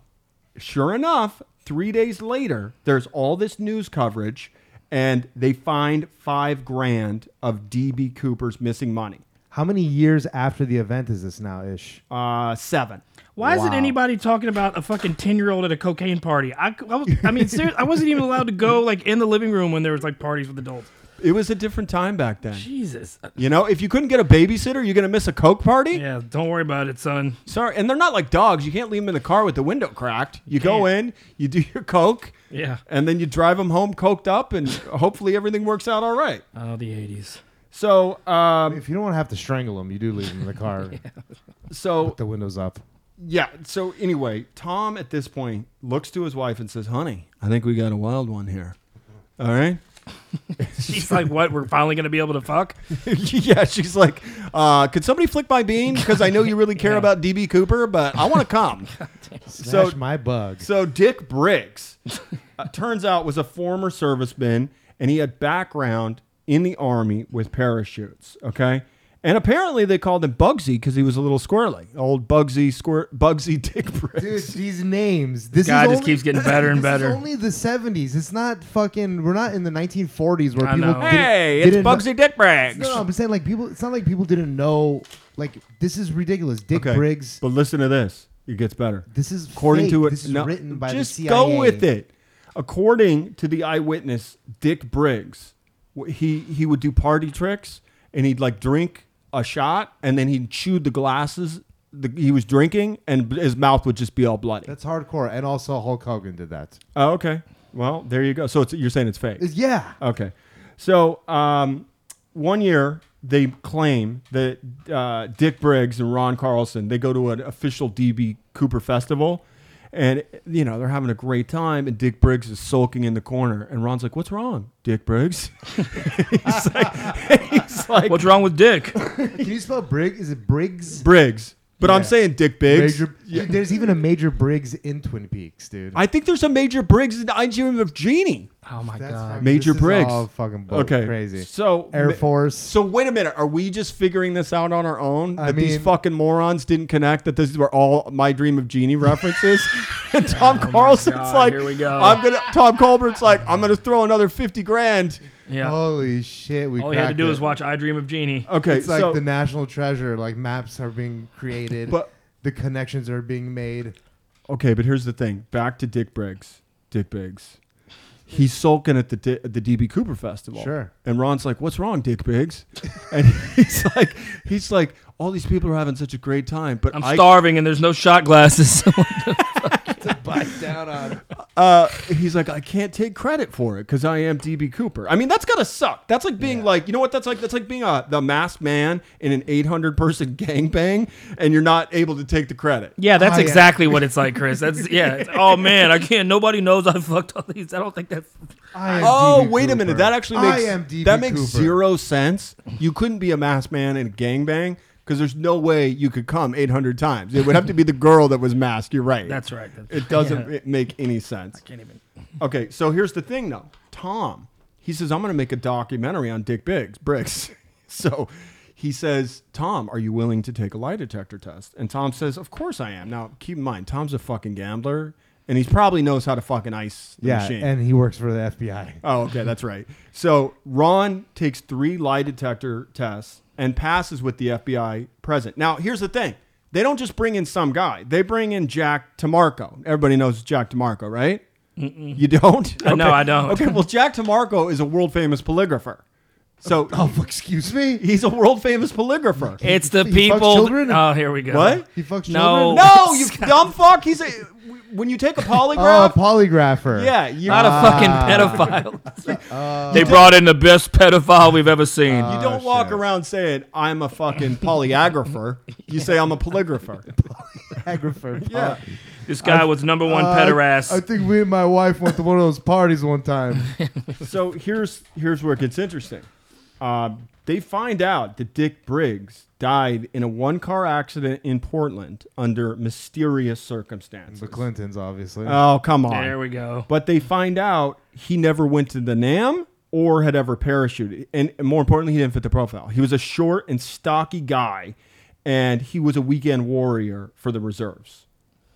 Speaker 2: sure enough, three days later, there's all this news coverage, and they find five grand of DB Cooper's missing money.
Speaker 4: How many years after the event is this now, ish?
Speaker 2: Uh, seven.
Speaker 5: Why isn't
Speaker 4: Wow.
Speaker 5: anybody talking about a fucking ten year old at a cocaine party? I, I, was, I mean, seriously, I wasn't even allowed to go like in the living room when there was like parties with adults.
Speaker 2: It was a different time back then.
Speaker 5: Jesus.
Speaker 2: You know, if you couldn't get a babysitter, you're gonna miss a coke party.
Speaker 5: Yeah, don't worry about it, son.
Speaker 2: Sorry, and they're not like dogs. You can't leave them in the car with the window cracked. You go in, you do your coke,
Speaker 5: Yeah.
Speaker 2: and then you drive them home coked up, and hopefully everything works out all right.
Speaker 5: Oh, the '80s.
Speaker 2: So, um,
Speaker 4: If you don't want to have to strangle him, you do leave him in the car.
Speaker 2: so
Speaker 4: Put the windows up.
Speaker 2: Yeah. So anyway, Tom at this point looks to his wife and says, "Honey, I think we got a wild one here. All right."
Speaker 5: She's like, what? We're finally gonna be able to fuck?
Speaker 2: yeah, she's like, uh, "Could somebody flick my bean? Because I know you really care about DB Cooper, but I want to come."
Speaker 4: Smash my bug.
Speaker 2: So Dick Briggs uh, turns out was a former serviceman, and he had background in the army with parachutes. Okay, And apparently they called him Bugsy because he was a little squirrely. Old Bugsy squir- Bugsy Dick
Speaker 4: Dude,
Speaker 2: Briggs.
Speaker 4: these names. This
Speaker 5: God
Speaker 4: is
Speaker 5: just
Speaker 4: only-
Speaker 5: keeps getting better and
Speaker 4: this is
Speaker 5: better.
Speaker 4: only the '70s. It's not fucking. We're not in the 1940s where
Speaker 5: I
Speaker 4: people.
Speaker 5: know.
Speaker 4: didn't-
Speaker 2: Hey, it's
Speaker 4: didn't know-
Speaker 2: Bugsy Dick Briggs.
Speaker 4: No, no, I'm saying like people. It's not like people didn't know. Like this is ridiculous. Dick Briggs.
Speaker 2: But listen to this. It gets better.
Speaker 4: This is
Speaker 2: According
Speaker 4: fake.
Speaker 2: to it,
Speaker 4: This is
Speaker 2: no,
Speaker 4: written by
Speaker 2: just
Speaker 4: the CIA.
Speaker 2: go with it. According to the eyewitness, Dick Briggs, wh- he he would do party tricks and he'd like drink a shot and then he'd chew the glasses the, he was drinking and b- his mouth would just be all bloody.
Speaker 4: That's hardcore. And also Hulk Hogan did that.
Speaker 2: oh, okay. Well, there you go. So it's, you're saying it's fake.
Speaker 4: It's- yeah.
Speaker 2: Okay. So um, one year they claim that uh, Dick Briggs and Ron Carlson they go to an official DB Cooper festival, and you know they're having a great time, and Dick Briggs is sulking in the corner, and Ron's like, "What's wrong, Dick Briggs?" he's like, he's like
Speaker 5: What's wrong with Dick?
Speaker 4: Can you spell Briggs? Is it Briggs?
Speaker 2: Briggs, but I'm
Speaker 4: Yeah.
Speaker 2: saying Dick Biggs.
Speaker 4: Major, dude, there's even a Major Briggs in Twin Peaks, dude.
Speaker 2: I think there's a major Briggs in the IGM of Genie.
Speaker 5: Oh my
Speaker 4: That's
Speaker 5: god.
Speaker 4: fucking-
Speaker 2: Major
Speaker 4: this is
Speaker 2: Briggs.
Speaker 4: all fucking bull-
Speaker 2: Okay,
Speaker 4: Oh, crazy.
Speaker 2: So
Speaker 4: Air
Speaker 2: ma-
Speaker 4: Force.
Speaker 2: So wait a minute. Are we just figuring this out on our own? That
Speaker 4: I
Speaker 2: these
Speaker 4: mean-
Speaker 2: fucking morons didn't connect. That these were all my dream of genie references. and
Speaker 4: Oh
Speaker 2: Tom Carlson's
Speaker 5: God,
Speaker 2: like,
Speaker 5: here we go.
Speaker 2: I'm gonna. Tom Colbert's like, I'm gonna throw another fifty grand.
Speaker 5: Yeah.
Speaker 4: Holy shit! Oh, We
Speaker 5: All you had to
Speaker 4: cracked
Speaker 5: do
Speaker 4: it.
Speaker 5: is watch I Dream of Genie.
Speaker 2: Okay,
Speaker 4: it's like
Speaker 2: so
Speaker 4: the national treasure. Like maps are being created.
Speaker 2: But-
Speaker 4: the connections are being made.
Speaker 2: okay, but here's the thing. Back to Dick Briggs. Dick Briggs. He's sulking at the D- at the DB Cooper Festival.
Speaker 4: Sure.
Speaker 2: And Ron's like, "What's wrong, Dick Briggs?" And he's like, "He's like, all these people are having such a great time, but
Speaker 5: I'm
Speaker 2: I
Speaker 5: starving and there's no shot glasses.
Speaker 4: Bite down on.
Speaker 2: uh, he's like, I can't take credit for it because I am DB Cooper. I mean, that's gotta suck. That's like being like, you know what? That's like that's like being a the masked man in an 800 person gangbang, and you're not able to take the credit.
Speaker 5: yeah, that's
Speaker 4: Oh, yeah.
Speaker 5: exactly what it's like, Chris. That's yeah. it's- oh man, I can't. Nobody knows I fucked all these. I don't think that's.
Speaker 4: I am
Speaker 2: Oh,
Speaker 4: DB
Speaker 2: wait a
Speaker 4: Cooper.
Speaker 2: minute. That actually
Speaker 4: I
Speaker 2: makes
Speaker 4: am DB
Speaker 2: that makes
Speaker 4: Cooper.
Speaker 2: zero sense. You couldn't be a masked man in a gangbang because there's no way you could come 800 times. It would have to be the girl that was masked. You're right.
Speaker 5: That's right. That's,
Speaker 2: It doesn't make any sense.
Speaker 5: can't even.
Speaker 2: Okay, so here's the thing though. Tom, he says, I'm gonna make a documentary on Dick Biggs, Bricks. So he says, Tom, are you willing to take a lie detector test? And Tom says, Of course I am. Now keep in mind, Tom's a fucking gambler and he probably knows how to fucking ice the
Speaker 4: Yeah,
Speaker 2: machine.
Speaker 4: and he works for the FBI.
Speaker 2: oh, okay, that's right. So Ron takes three lie detector tests and passes with the FBI present. Now here's the thing. They don't just bring in some guy. They bring in Jack Tamarco. Everybody knows Jack Tamarco, right? You don't?
Speaker 5: Uh, no, I don't.
Speaker 2: Okay, well, Jack Tamarco is a world famous polygrapher. So
Speaker 4: Oh, excuse me.
Speaker 2: he's a world famous polygrapher.
Speaker 5: It's the
Speaker 4: He fucks
Speaker 5: people.
Speaker 4: children?
Speaker 5: Oh, here we go.
Speaker 2: What?
Speaker 4: He fucks
Speaker 5: No.
Speaker 4: children.
Speaker 2: no, you dumb fuck. He's a when you take a
Speaker 4: Oh,
Speaker 2: polygraph.
Speaker 4: polygrapher.
Speaker 2: yeah, you,
Speaker 5: Not a
Speaker 2: Ah.
Speaker 5: fucking pedophile.
Speaker 2: Uh,
Speaker 5: they brought in the best pedophile we've ever seen.
Speaker 2: you don't walk around saying I'm a fucking polygrapher. You say I'm a polygrapher.
Speaker 4: Polygrapher.
Speaker 2: Yeah.
Speaker 5: this guy was number one
Speaker 4: Uh,
Speaker 5: pederast.
Speaker 4: I, I think we and my wife went to one of those parties one time.
Speaker 2: so here's here's where it gets interesting. Um, they find out that Dick Briggs died in a one car accident in Portland under mysterious circumstances.
Speaker 4: The Clintons, obviously.
Speaker 2: Oh come on!
Speaker 5: there we go.
Speaker 2: But they find out he never went to the NAM or had ever parachuted. And and more importantly, he didn't fit the profile. He was a short and stocky guy, and he was a weekend warrior for the reserves.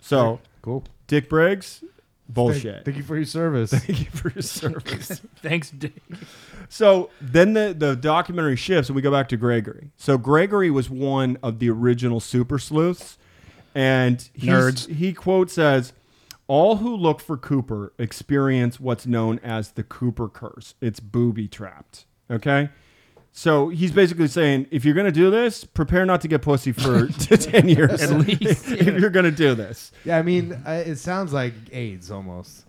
Speaker 2: So,
Speaker 4: cool.
Speaker 2: Dick Briggs,
Speaker 4: Thank,
Speaker 2: bullshit.
Speaker 4: thank you for your service.
Speaker 2: Thank you for your service.
Speaker 5: Thanks, Dick.
Speaker 2: So then the, the documentary shifts and we go back to Gregory. So Gregory was one of the original super sleuths. And he's-
Speaker 3: Nerds.
Speaker 2: he quote says, All who look for Cooper experience what's known as the Cooper curse. It's booby trapped. Okay. So he's basically saying, if you're going to do this, prepare not to get pussy for 10 years. At
Speaker 5: least,
Speaker 2: If you're going to do this.
Speaker 4: yeah, I mean, I, it sounds like AIDS almost.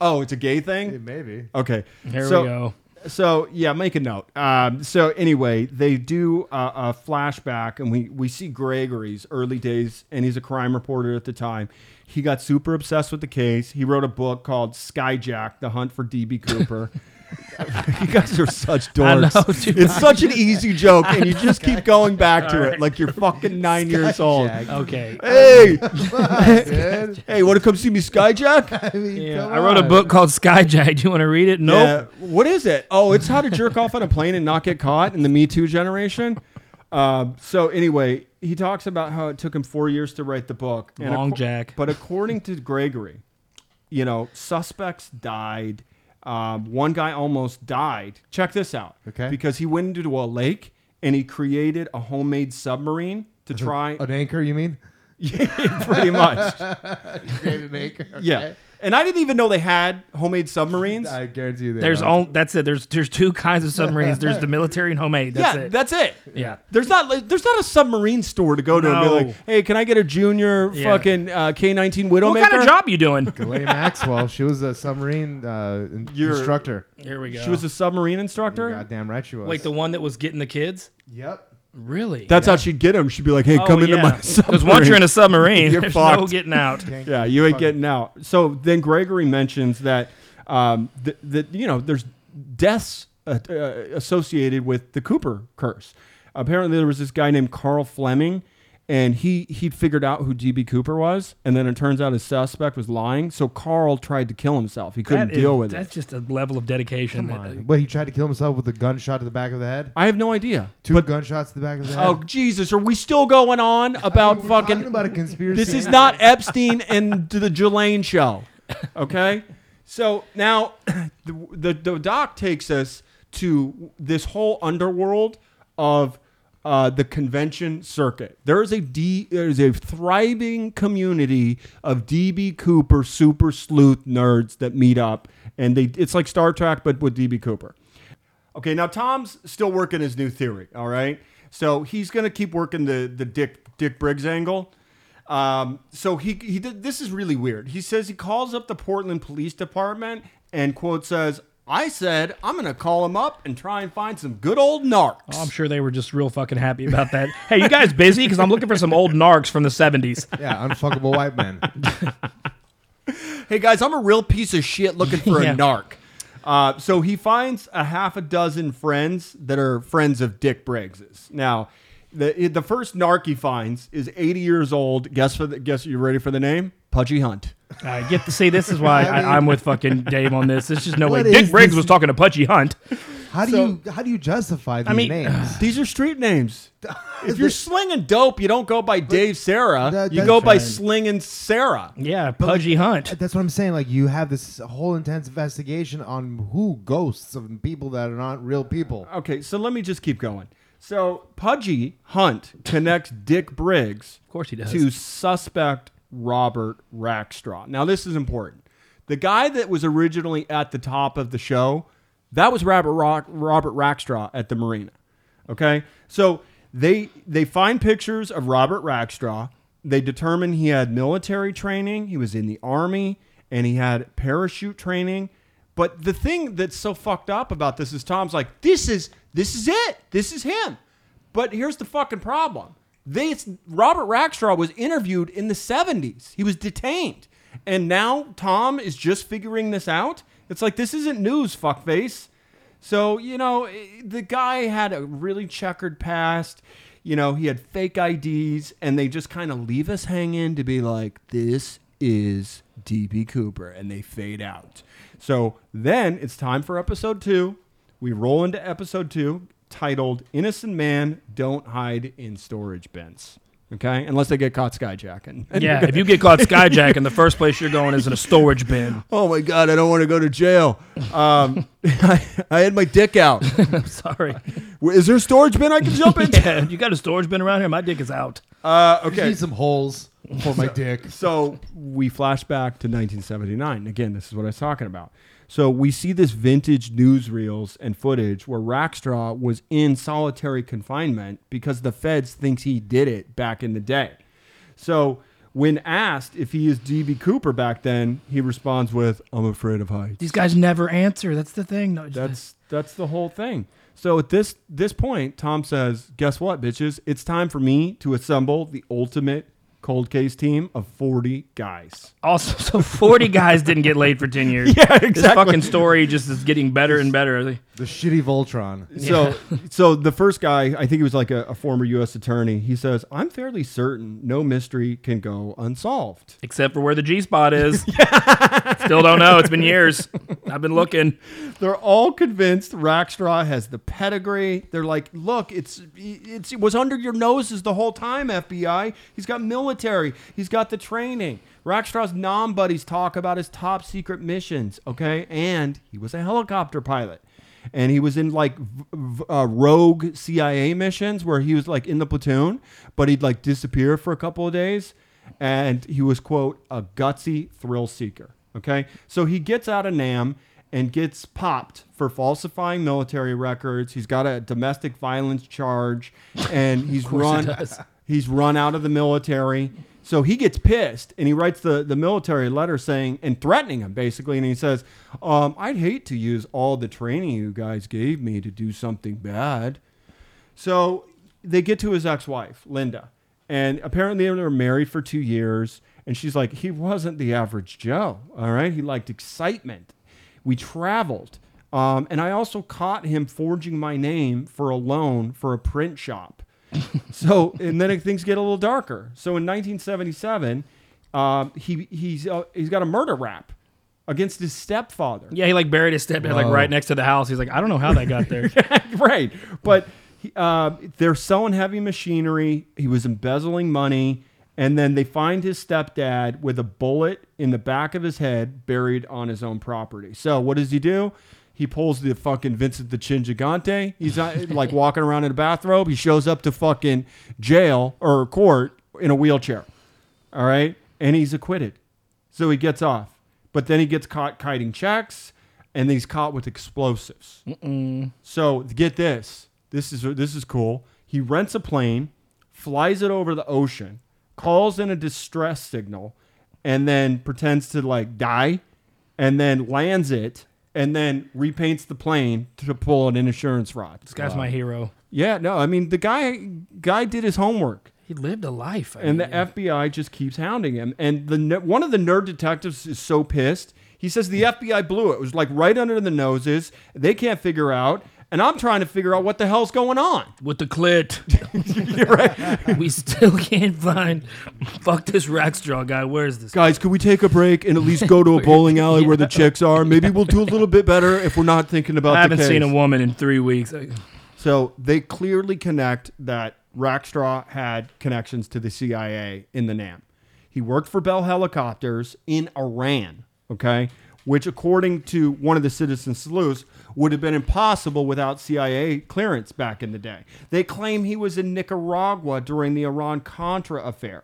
Speaker 2: Oh, it's a gay thing?
Speaker 4: Maybe.
Speaker 2: Okay.
Speaker 5: Here
Speaker 2: So-
Speaker 5: we go.
Speaker 2: So yeah, make a note. Um, so anyway, they do uh, a, a flashback, and we we see Gregory's early days, and he's a crime reporter at the time. He got super obsessed with the case. He wrote a book called Skyjack: The Hunt for DB Cooper. you guys are such dorks.
Speaker 5: know, dude.
Speaker 2: it's such an easy joke, and you just keep going back to it like you're fucking nine years old.
Speaker 4: Jack.
Speaker 5: Okay.
Speaker 2: Hey,
Speaker 4: Dude,
Speaker 2: hey, want to come see me skyjack?
Speaker 4: I mean,
Speaker 5: Yeah,
Speaker 4: come
Speaker 5: I wrote a
Speaker 4: on.
Speaker 5: book called Skyjack. Do you want to read it? Nope.
Speaker 2: Yeah. What is it? Oh, it's how to jerk off on a plane and not get caught in the Me Too generation. Um, so anyway, he talks about how it took him four years to write the book. And
Speaker 3: Long
Speaker 2: acco-
Speaker 3: Jack.
Speaker 2: But according to Gregory, you know, suspects died. Um, one guy almost died. Check this out.
Speaker 4: Okay.
Speaker 2: Because he went into a lake and he created a homemade submarine to try.
Speaker 4: An anchor, you mean?
Speaker 2: pretty much.
Speaker 4: Created an anchor.
Speaker 2: Yeah.
Speaker 4: okay.
Speaker 2: And I didn't even know they had homemade submarines.
Speaker 4: I guarantee you. they
Speaker 5: There's
Speaker 4: don't.
Speaker 5: all that's it. There's there's two kinds of submarines. There's the military and homemade. That's
Speaker 2: yeah,
Speaker 5: it.
Speaker 2: that's it.
Speaker 5: Yeah.
Speaker 2: There's not like, there's not a submarine store to go to and be
Speaker 5: No.
Speaker 2: like, hey, can I get a junior
Speaker 5: Yeah.
Speaker 2: fucking uh, K-19 Widowmaker?
Speaker 5: what kind of job you doing?
Speaker 4: Ghislaine Maxwell. She was a submarine uh, in-
Speaker 2: You're-
Speaker 4: instructor.
Speaker 5: Here we go.
Speaker 2: She was a submarine
Speaker 5: Oh
Speaker 2: instructor.
Speaker 4: Goddamn right she was.
Speaker 3: Like the one that was getting the kids?
Speaker 4: yep.
Speaker 3: Really?
Speaker 2: That's how she'd get him. She'd be like,
Speaker 3: Oh,
Speaker 5: Oh,
Speaker 2: "Hey, come into my submarine."
Speaker 5: Because once you're in a submarine,
Speaker 2: You're
Speaker 5: there's no
Speaker 2: fucked.
Speaker 5: getting out.
Speaker 2: yeah, you ain't getting out. So then Gregory mentions that um, th- that you know there's deaths uh, uh, associated with the Cooper curse. Apparently, there was this guy named Carl Fleming, and he he figured out who DB Cooper was, and then it turns out his suspect was lying. So Carl tried to kill himself. He couldn't
Speaker 5: That is-
Speaker 2: deal with it.
Speaker 3: That's just a level of dedication. that-
Speaker 4: But he tried to kill himself with a gunshot to the back of the head.
Speaker 2: I have no idea.
Speaker 4: Two gunshots to the back of the head.
Speaker 2: Oh Jesus, are we still going on about
Speaker 4: We're
Speaker 2: fucking
Speaker 4: talking about a conspiracy.
Speaker 2: This is not Epstein and the Jelaine show. Okay? So now the, the, the doc takes us to this whole underworld of uh, the convention circuit. There is a D, there is a thriving community of DB Cooper super sleuth nerds that meet up, and they it's like Star Trek but with DB Cooper. Okay, now Tom's still working his new theory. All right, so he's gonna keep working the the Dick Dick Briggs angle. Um, so he he did, this is really weird. He says he calls up the Portland Police Department and quote says, "I said I'm gonna call him up and try and find some good old narcs."
Speaker 3: Oh, I'm sure they were just real fucking happy about that. hey, you guys busy? Because I'm looking for some old narcs from the 70s.
Speaker 4: Yeah, unfuckable white man.
Speaker 2: hey guys, I'm a real piece of shit looking for
Speaker 3: Yeah.
Speaker 2: a narc. Uh, so he finds a half a dozen friends that are friends of Dick Briggs's. Now, the the first narc he finds is 80 years old. Guess for the, guess you ready for the name? Pudgy Hunt.
Speaker 3: I get to see this is why I I, am with fucking Dave on this. There's just no way.
Speaker 4: What
Speaker 3: Dick
Speaker 4: is
Speaker 3: Briggs
Speaker 4: this?
Speaker 3: was talking to Pudgy Hunt.
Speaker 4: How do
Speaker 2: So-
Speaker 4: you how do you justify these
Speaker 3: mean,
Speaker 4: names?
Speaker 2: These are street names. If you're slinging dope, you don't go by Dave Sarah.
Speaker 4: That-
Speaker 2: you
Speaker 4: that's
Speaker 2: go by
Speaker 4: right.
Speaker 2: slinging Sarah.
Speaker 3: Yeah, Pudgy Hunt.
Speaker 4: That's what I'm saying. Like you have this whole intense investigation on who ghosts of people that are not real people.
Speaker 2: Okay, so let me just keep going. So Pudgy Hunt connects Dick Briggs
Speaker 3: Of course he does.
Speaker 2: to suspect Robert Rackstraw. Now this is important. The guy that was originally at the top of the show, that was Robert Rock, Robert Rackstraw at the marina. Okay? So they they find pictures of Robert Rackstraw. They determine he had military training, he was in the army, and he had parachute training. But the thing that's so fucked up about this is Tom's like, this is this is it. This is him. But here's the fucking problem. They, it's- Robert Rackstraw was interviewed in the 70s. He was detained. And now Tom is just figuring this out. It's like, this isn't news, fuckface. So, you know, i- the guy had a really checkered past. You know, he had fake IDs, and they just kind of leave us hanging to be like, this is DB Cooper, and they fade out. So then it's time for episode two. We roll into episode two titled Innocent Man Don't Hide in Storage Bins. Okay? Unless they get caught skyjacking.
Speaker 3: Yeah, if you get caught skyjacking, the first place you're going is in a storage bin.
Speaker 2: oh my God, I don't want to go to jail. Um, I, I had my dick out.
Speaker 3: I'm sorry.
Speaker 2: Is there a storage bin I can jump into?
Speaker 3: Yeah, you got a storage bin around here? My dick is out.
Speaker 2: Uh,
Speaker 4: I
Speaker 2: okay.
Speaker 4: Need some holes for my dick.
Speaker 2: So we flash back to 1979. Again, this is what I was talking about. So we see this vintage newsreels and footage where Rackstraw was in solitary confinement because the feds thinks he did it back in the day. So when asked if he is DB Cooper back then, he responds with, "I'm afraid of heights."
Speaker 5: These guys never answer. That's the thing. No,
Speaker 2: That's that's the whole thing. So at this this point, Tom says, "Guess what, bitches? It's time for me to assemble the ultimate cold case team of 40 guys."
Speaker 5: also so. Forty guys didn't get laid for ten years.
Speaker 2: Yeah,
Speaker 5: This
Speaker 2: exactly.
Speaker 5: fucking story just is getting better and better.
Speaker 4: The shitty Voltron.
Speaker 2: So, so the first guy, I think he was like a, a former U.S. attorney. He says, "I'm fairly certain no mystery can go unsolved."
Speaker 5: Except for where the G spot is. Still don't know. It's been years. I've been looking.
Speaker 2: They're all convinced Rackstraw has the pedigree. They're like, "Look, it's, it's it was under your noses the whole time, FBI. He's got military. He's got the training." Rackstraw's non buddies talk about his top secret missions. Okay, and he was a helicopter pilot. and he was in like v- v- uh, rogue CIA missions where he was like in the platoon, but he'd like disappear for a couple of days, and he was quote a gutsy thrill seeker. Okay, so he gets out of Nam and gets popped for falsifying military records. He's got a domestic violence charge, and he's run. He's run out of the military. So he gets pissed and he writes the, the military letter saying and threatening him basically. And he says, um, I'd hate to use all the training you guys gave me to do something bad. So they get to his ex wife, Linda. And apparently they were married for two years. And she's like, he wasn't the average Joe. All right. He liked excitement. We traveled. Um, and I also caught him forging my name for a loan for a print shop so and then it- things get a little darker. So in 1977, um, he he's uh, he's got a murder rap against his stepfather.
Speaker 5: Yeah, he like buried his stepdad like right next to the house. He's like, I don't know how that got there.
Speaker 2: right. But he, uh, they're selling heavy machinery. He was embezzling money. And then they find his stepdad with a bullet in the back of his head buried on his own property. So what does he do? He pulls the fucking Vincent the Chin Gigante. He's uh, like walking around in a bathrobe. He shows up to fucking jail or court in a wheelchair. All right. And he's acquitted. So he gets off. But then he gets caught kiting checks and he's caught with explosives. So get this. This is this is cool. He rents a plane, flies it over the ocean, calls in a distress signal, and then pretends to like die, and then lands it, and then repaints the plane to pull an insurance rod.
Speaker 5: This guy's my hero.
Speaker 2: Yeah, no, I mean the guy guy did his homework.
Speaker 5: He lived a life. I
Speaker 2: And the
Speaker 5: mean,
Speaker 2: FBI just keeps hounding him. And the ne- one of the nerd detectives is so pissed. He says the FBI blew it. It was like right under the noses. They can't figure out. And I'm trying to figure out what the hell's going on.
Speaker 5: with the clit. We still can't find. Fuck this Rackstraw guy. Where is this?
Speaker 2: Guys, could we take a break and at least go to a bowling alley where the chicks are? Maybe we'll do a little bit better if we're not thinking about
Speaker 5: I
Speaker 2: the
Speaker 5: haven't seen
Speaker 2: case."
Speaker 5: a woman in three weeks. I-
Speaker 2: So they clearly connect that Rackstraw had connections to the CIA in the NAM. He worked for Bell Helicopters in Iran, okay, which, according to one of the citizen sleuths, would have been impossible without CIA clearance back in the day. They claim he was in Nicaragua during the Iran Contra affair.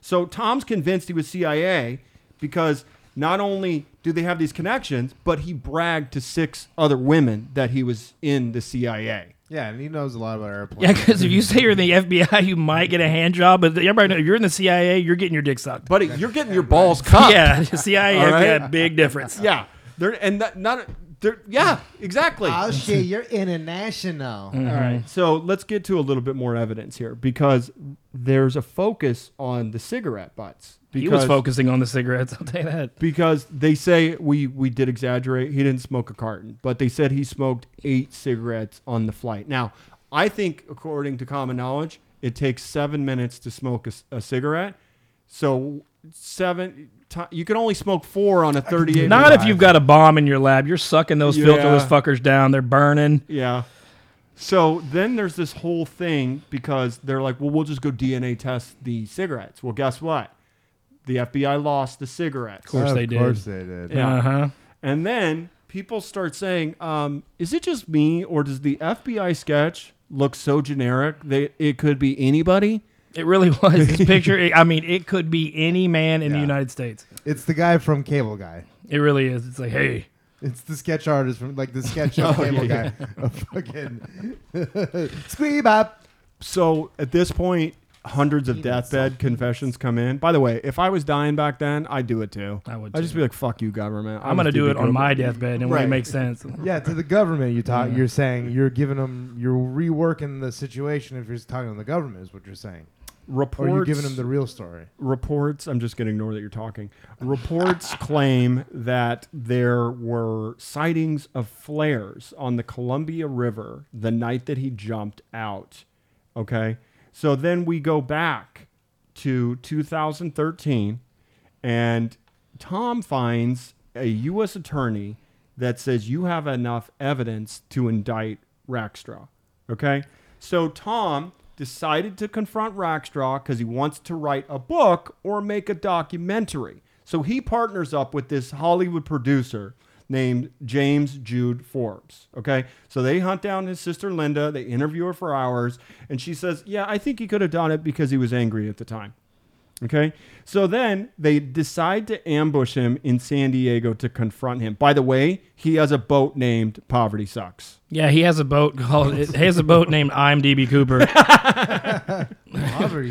Speaker 2: So Tom's convinced he was CIA because not only do they have these connections, but he bragged to six other women that he was in the CIA.
Speaker 4: Yeah, and he knows a lot about
Speaker 5: Yeah,
Speaker 4: airplanes.
Speaker 5: because if you say you're in the FBI, you might get a hand job. But everybody knows if you're in the CIA, you're getting your dick sucked.
Speaker 2: Buddy, you're getting your balls cut.
Speaker 5: yeah, CIA,
Speaker 2: All right.
Speaker 5: FBI, big difference.
Speaker 2: Yeah. They're, and that, not, they're, yeah, exactly.
Speaker 4: Oh shit, you're international.
Speaker 2: All right. Uh, So let's get to a little bit more evidence here because there's a focus on the cigarette butts. Because,
Speaker 5: He was focusing on the cigarettes. I'll tell you that.
Speaker 2: Because they say we, we did exaggerate. He didn't smoke a carton, but they said he smoked eight cigarettes on the flight. Now, I think, according to common knowledge, it takes seven minutes to smoke a, c- a cigarette. So, seven, ti you can only smoke four on a 38.
Speaker 5: Not if you've got a bomb in your lab. You're sucking those filterless
Speaker 2: Yeah.
Speaker 5: fuckers down. They're burning.
Speaker 2: Yeah. So then there's this whole thing because they're like, well, we'll just go DNA test the cigarettes. Well, guess what? The FBI lost the cigarettes.
Speaker 5: course they did.
Speaker 4: Of course they did.
Speaker 2: Yeah.
Speaker 5: Uh huh.
Speaker 2: And then people start saying, um, is it just me or does the FBI sketch look so generic that it could be anybody?
Speaker 5: It really was. This picture, I mean, it could be any man in the
Speaker 4: Yeah.
Speaker 5: United States.
Speaker 4: It's the guy from Cable Guy.
Speaker 5: It really is. It's like, hey,
Speaker 4: It's the sketch artist from like the sketch
Speaker 2: Oh,
Speaker 4: of Cable Guy. A fucking squeeb up.
Speaker 2: So at this point, hundreds of deathbed confessions come in. By the way, if I was dying back then, I'd do it too.
Speaker 5: I would
Speaker 2: I'd just
Speaker 5: too.
Speaker 2: be like, fuck you, government.
Speaker 5: I'm gonna
Speaker 2: was
Speaker 5: do
Speaker 2: DB
Speaker 5: it on my
Speaker 2: Cooper.
Speaker 5: deathbed, and
Speaker 2: Right.
Speaker 5: it makes sense.
Speaker 4: Yeah, to the government you talk. You're saying you're giving them. You're reworking the situation. If you're talking to the government, is what you're saying.
Speaker 2: Reports
Speaker 4: Or you're giving them the real story.
Speaker 2: reports i'm just going to ignore that you're talking reports claim that there were sightings of flares on the columbia river the night that he jumped out okay so then we go back to 2013 and tom finds a u.s attorney that says you have enough evidence to indict rackstraw Okay. So Tom decided to confront Rockstraw because he wants to write a book or make a documentary. So he partners up with this Hollywood producer named James Jude Forbes. Okay. So they hunt down his sister Linda. They interview her for hours. And she says, Yeah, I think he could have done it because he was angry at the time. Okay. So then they decide to ambush him in San Diego to confront him. By the way, he has a boat named Poverty Sucks.
Speaker 5: Yeah, he has a boat called. he has a boat named I'm DB Cooper.
Speaker 4: Poverty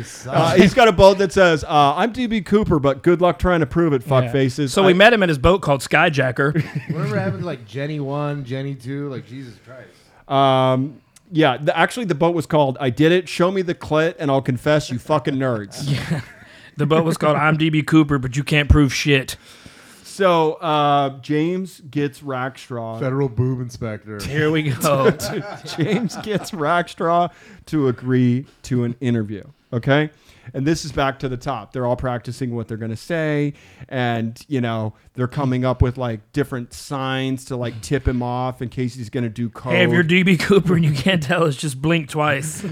Speaker 2: Uh,
Speaker 4: sucks.
Speaker 2: he's got a boat that says, uh, "I'm DB Cooper, but good luck trying to prove it, fuck faces."
Speaker 5: So
Speaker 2: I-
Speaker 5: we met him at his boat called Skyjacker.
Speaker 4: Uh, Whatever happened to like Jenny one, Jenny two, like Jesus Christ.
Speaker 2: um, yeah, the, actually, the boat was called "I Did It." Show me the clit, and I'll confess, you fucking nerds.
Speaker 5: the boat was called I'm DB Cooper, but you can't prove shit.
Speaker 2: So uh, James gets Rackstraw.
Speaker 4: Federal boob inspector.
Speaker 5: Here we go.
Speaker 2: James gets Rackstraw to agree to an interview. Okay, and this is back to the top. They're all practicing what they're gonna say, and you know they're coming up with like different signs to like tip him off in case he's gonna do code.
Speaker 5: hey, if you're DB Cooper and you can't tell us, just blink twice.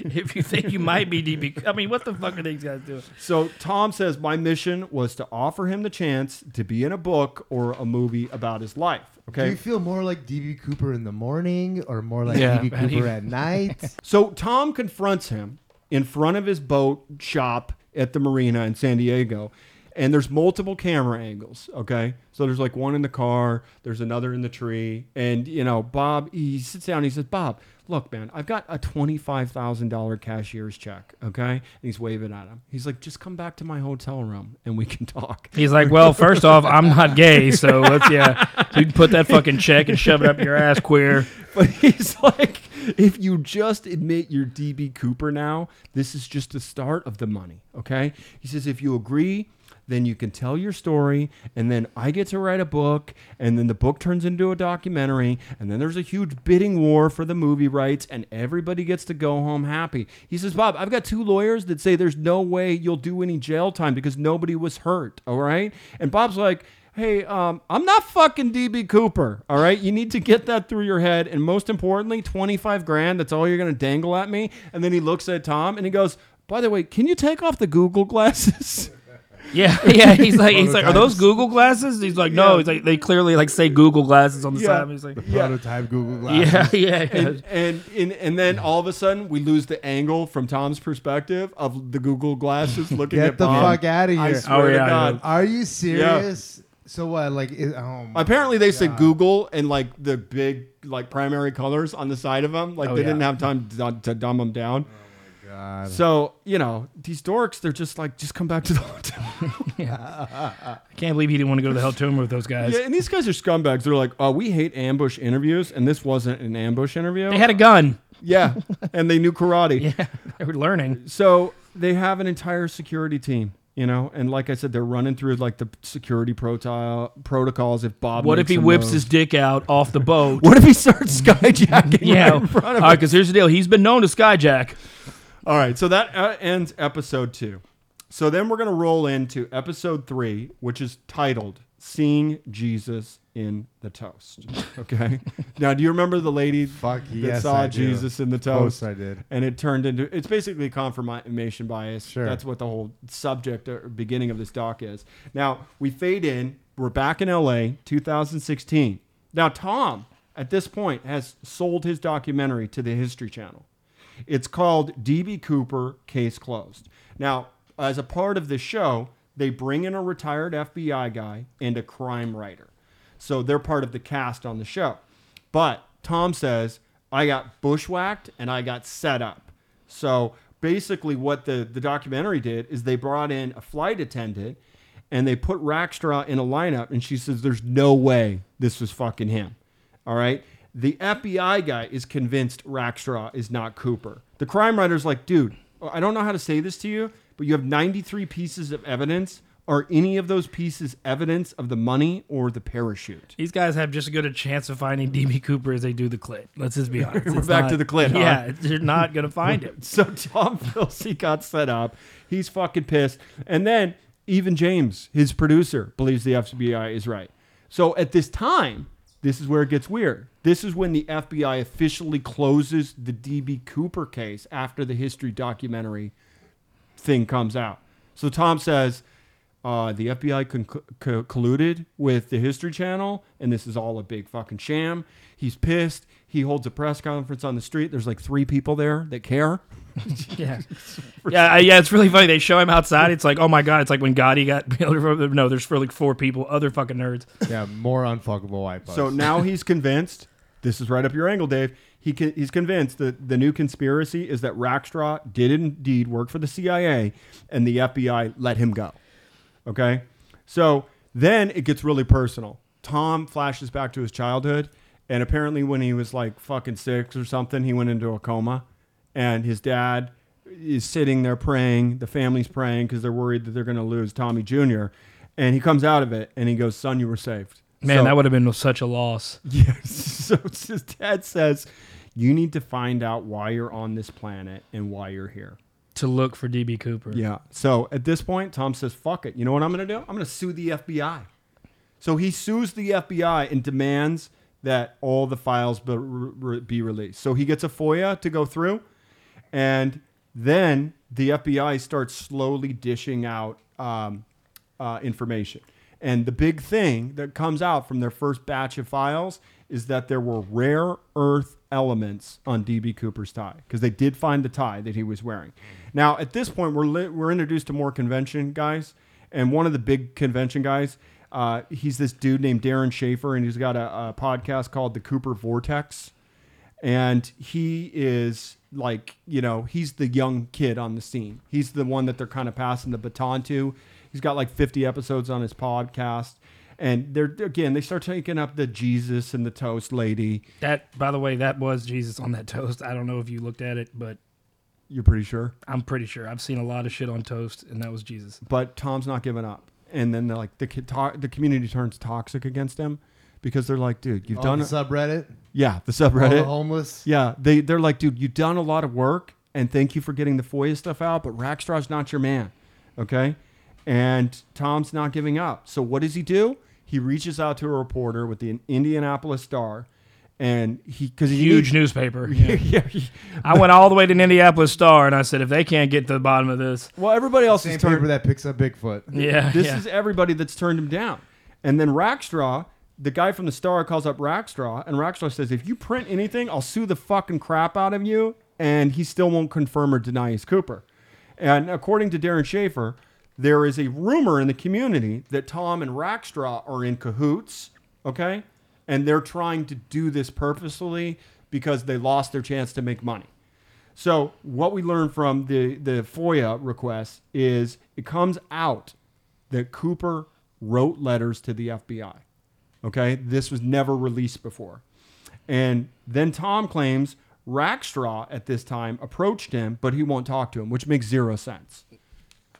Speaker 5: if you think you might be DB, I mean, what the fuck are these guys doing?
Speaker 2: So Tom says, My mission was to offer him the chance to be in a book or a movie about his life.
Speaker 4: Do
Speaker 2: Okay.
Speaker 4: you feel more like DB Cooper in the morning or more like
Speaker 5: Yeah,
Speaker 4: DB
Speaker 5: man, he-
Speaker 4: Cooper at night?
Speaker 2: So Tom confronts him in front of his boat shop at the marina in San Diego. And there's multiple camera angles, okay? So there's like one in the car, there's another in the tree. And, you know, Bob, he sits down and he says, Bob, look, man, I've got a $25,000 cashier's check, okay? And he's waving at him. He's like, just come back to my hotel room and we can talk.
Speaker 5: He's like, well, first off, I'm not gay, so let's yeah, you can put that fucking check and shove it up your ass, queer.
Speaker 2: But he's like, if you just admit you're DB Cooper now, this is just the start of the money. Okay. He says, if you agree, then you can tell your story, and then I get to write a book, and then the book turns into a documentary, and then there's a huge bidding war for the movie rights, and everybody gets to go home happy. He says, Bob, I've got two lawyers that say there's no way you'll do any jail time because nobody was hurt. All right. And Bob's like, hey, um, I'm not fucking DB Cooper. All right. You need to get that through your head. And most importantly, 25 grand. That's all you're going to dangle at me. And then he looks at Tom and he goes, by the way, can you take off the Google glasses?
Speaker 5: Yeah, yeah. He's like, he's like, are those
Speaker 4: Prototypes.
Speaker 5: Google glasses? He's like, no. He's like, they clearly like say Google glasses on the
Speaker 2: Yeah.
Speaker 5: side. He's like,
Speaker 4: Prototype Google
Speaker 5: yeah,
Speaker 4: Glass.
Speaker 5: yeah, yeah.
Speaker 2: and, and and and then all of a sudden we lose the angle from Tom's perspective of the Google glasses looking
Speaker 4: Get
Speaker 2: at
Speaker 4: the
Speaker 2: Bob.
Speaker 4: fuck out of
Speaker 2: I
Speaker 4: here.
Speaker 2: swear
Speaker 5: Oh,
Speaker 2: to
Speaker 5: yeah, I
Speaker 2: God.
Speaker 5: know.
Speaker 4: Are you serious? So what? Like, it, oh my
Speaker 2: Apparently they said
Speaker 4: God.
Speaker 2: Google and like the big like primary colors on the side of them. Like
Speaker 5: Oh,
Speaker 2: they
Speaker 5: yeah.
Speaker 2: didn't have time to, to dumb them down.
Speaker 4: God.
Speaker 2: So you know these dorks, they're just like, just come back to the hotel.
Speaker 5: I can't believe he didn't want to go to the hell tomb with those guys.
Speaker 2: yeah, and these guys are scumbags. They're like, oh, we hate ambush interviews, and this wasn't an ambush interview.
Speaker 5: They had a gun.
Speaker 2: yeah, and they knew karate.
Speaker 5: Yeah, they were learning.
Speaker 2: so they have an entire security team you know and like i said they're running through like the security protile protocols if bob
Speaker 5: What if
Speaker 2: makes
Speaker 5: he
Speaker 2: a
Speaker 5: whips
Speaker 2: move.
Speaker 5: his dick out off the boat?
Speaker 2: what if he starts skyjacking
Speaker 5: Yeah,
Speaker 2: right in front of
Speaker 5: because here's the deal. He's been known to skyjack.
Speaker 2: all right so that uh, ends episode two so then we're going to roll into episode three which is titled seeing jesus in the toast okay now do you remember the lady
Speaker 4: Fuck
Speaker 2: that
Speaker 4: yes,
Speaker 2: saw
Speaker 4: I do.
Speaker 2: jesus in the toast
Speaker 4: Post I did.
Speaker 2: and it turned into it's basically confirmation bias.
Speaker 4: Sure.
Speaker 2: That's what the whole subject or beginning of this doc is. Now we fade in. We're back in LA, 2016. Now Tom, at this point, has sold his documentary to the History Channel. It's called DB Cooper Case Closed. Now, as a part of this show, they bring in a retired FBI guy and a crime writer. So they're part of the cast on the show. But Tom says, I got bushwhacked and I got set up. So basically, what the, the documentary did is they brought in a flight attendant and they put Rackstraw in a lineup, and she says, There's no way this was fucking him. All right. The FBI guy is convinced Rackstraw is not Cooper. The crime writer's like, dude, I don't know how to say this to you, but you have 93 pieces of evidence. Are any of those pieces evidence of the money or the parachute?
Speaker 5: These guys have just as good a chance of finding DB Cooper as they do the clit. Let's just be honest.
Speaker 2: We're
Speaker 5: It's
Speaker 2: back
Speaker 5: not-
Speaker 2: to the clit, huh?
Speaker 5: Yeah, they're not gonna find it.
Speaker 2: So Tom Filsey got set up. He's fucking pissed. And then even James, his producer, believes the FBI is right. So at this time, this is where it gets weird. This is when the FBI officially closes the DB Cooper case after the history documentary thing comes out. So Tom says, uh, the FBI con- co- colluded with the History Channel, and this is all a big fucking sham. He's pissed. He holds a press conference on the street. There's like three people there that care.
Speaker 5: Yeah, yeah, I- yeah. It's really funny. They show him outside. It's like, oh my god. It's like when Gotti got no. There's for like four people, other fucking nerds.
Speaker 4: yeah, more unfuckable white folks.
Speaker 2: So now he's convinced. This is right up your angle, Dave. He can, he's convinced that the new conspiracy is that Rackstraw did indeed work for the CIA, and the FBI let him go. Okay, so then it gets really personal. Tom flashes back to his childhood, and apparently when he was like fucking six or something, he went into a coma, and his dad is sitting there praying. The family's praying because they're worried that they're going to lose Tommy Jr. And he comes out of it, and he goes, "Son, you were saved."
Speaker 3: Man,
Speaker 2: So-
Speaker 3: that would have been such a loss.
Speaker 2: Yes. So it's his dad says, You need to find out why you're on this planet and why you're here.
Speaker 3: to look for DB Cooper.
Speaker 2: Yeah. So at this point, Tom says, Fuck it. You know what I'm going to do? I'm going to sue the FBI. So he sues the FBI and demands that all the files be, re- be released. So he gets a FOIA to go through. And then the FBI starts slowly dishing out um, uh, information. And the big thing that comes out from their first batch of files is that there were rare earth elements on DB Cooper's tie because they did find the tie that he was wearing. Now, at this point, we're, li- we're introduced to more convention guys. And one of the big convention guys, uh, he's this dude named Darren Schaefer, and he's got a, a podcast called The Cooper Vortex and he is like you know he's the young kid on the scene he's the one that they're kind of passing the baton to he's got like 50 episodes on his podcast and they're again they start taking up the jesus and the toast lady
Speaker 5: That, by the way, that was Jesus on that toast. I don't know if you looked at it, but
Speaker 2: you're pretty sure
Speaker 5: I'm pretty sure I've seen a lot of shit on toast, and that was Jesus.
Speaker 2: but tom's not giving up and then they're like the kid to- the community turns toxic against him because they're like dude you've
Speaker 4: On
Speaker 2: done
Speaker 4: Oh, the Oh, subreddit,
Speaker 2: yeah the
Speaker 4: all the
Speaker 2: subreddit
Speaker 4: homeless.
Speaker 2: Yeah, they they're like, dude, you've done a lot of work, and thank you for getting the FOIA stuff out, but Rackstraw's not your man, okay? And Tom's not giving up. So what does he do? He reaches out to a reporter with the Indianapolis Star, and he because he needs-
Speaker 5: Huge newspaper.
Speaker 2: Yeah. he-
Speaker 5: I went all the way to the Indianapolis Star, and I said, if they can't get to the bottom of this,
Speaker 2: well, everybody else
Speaker 4: Same
Speaker 2: is
Speaker 4: paper
Speaker 2: turned.
Speaker 4: that picks up Bigfoot.
Speaker 5: yeah,
Speaker 2: This
Speaker 5: yeah.
Speaker 2: is everybody that's turned him down. And then Rackstraw, the guy from the Star, calls up Rackstraw, and Rackstraw says, "If you print anything, I'll sue the fucking crap out of you." And he still won't confirm or deny he's Cooper. And according to Darren Schaefer, there is a rumor in the community that Tom and Rackstraw are in cahoots. Okay, and they're trying to do this purposely because they lost their chance to make money. So what we learned from the the FOIA request is it comes out that Cooper wrote letters to the FBI. Okay, this was never released before, and then Tom claims Rackstraw at this time approached him, but he won't talk to him, which makes zero sense.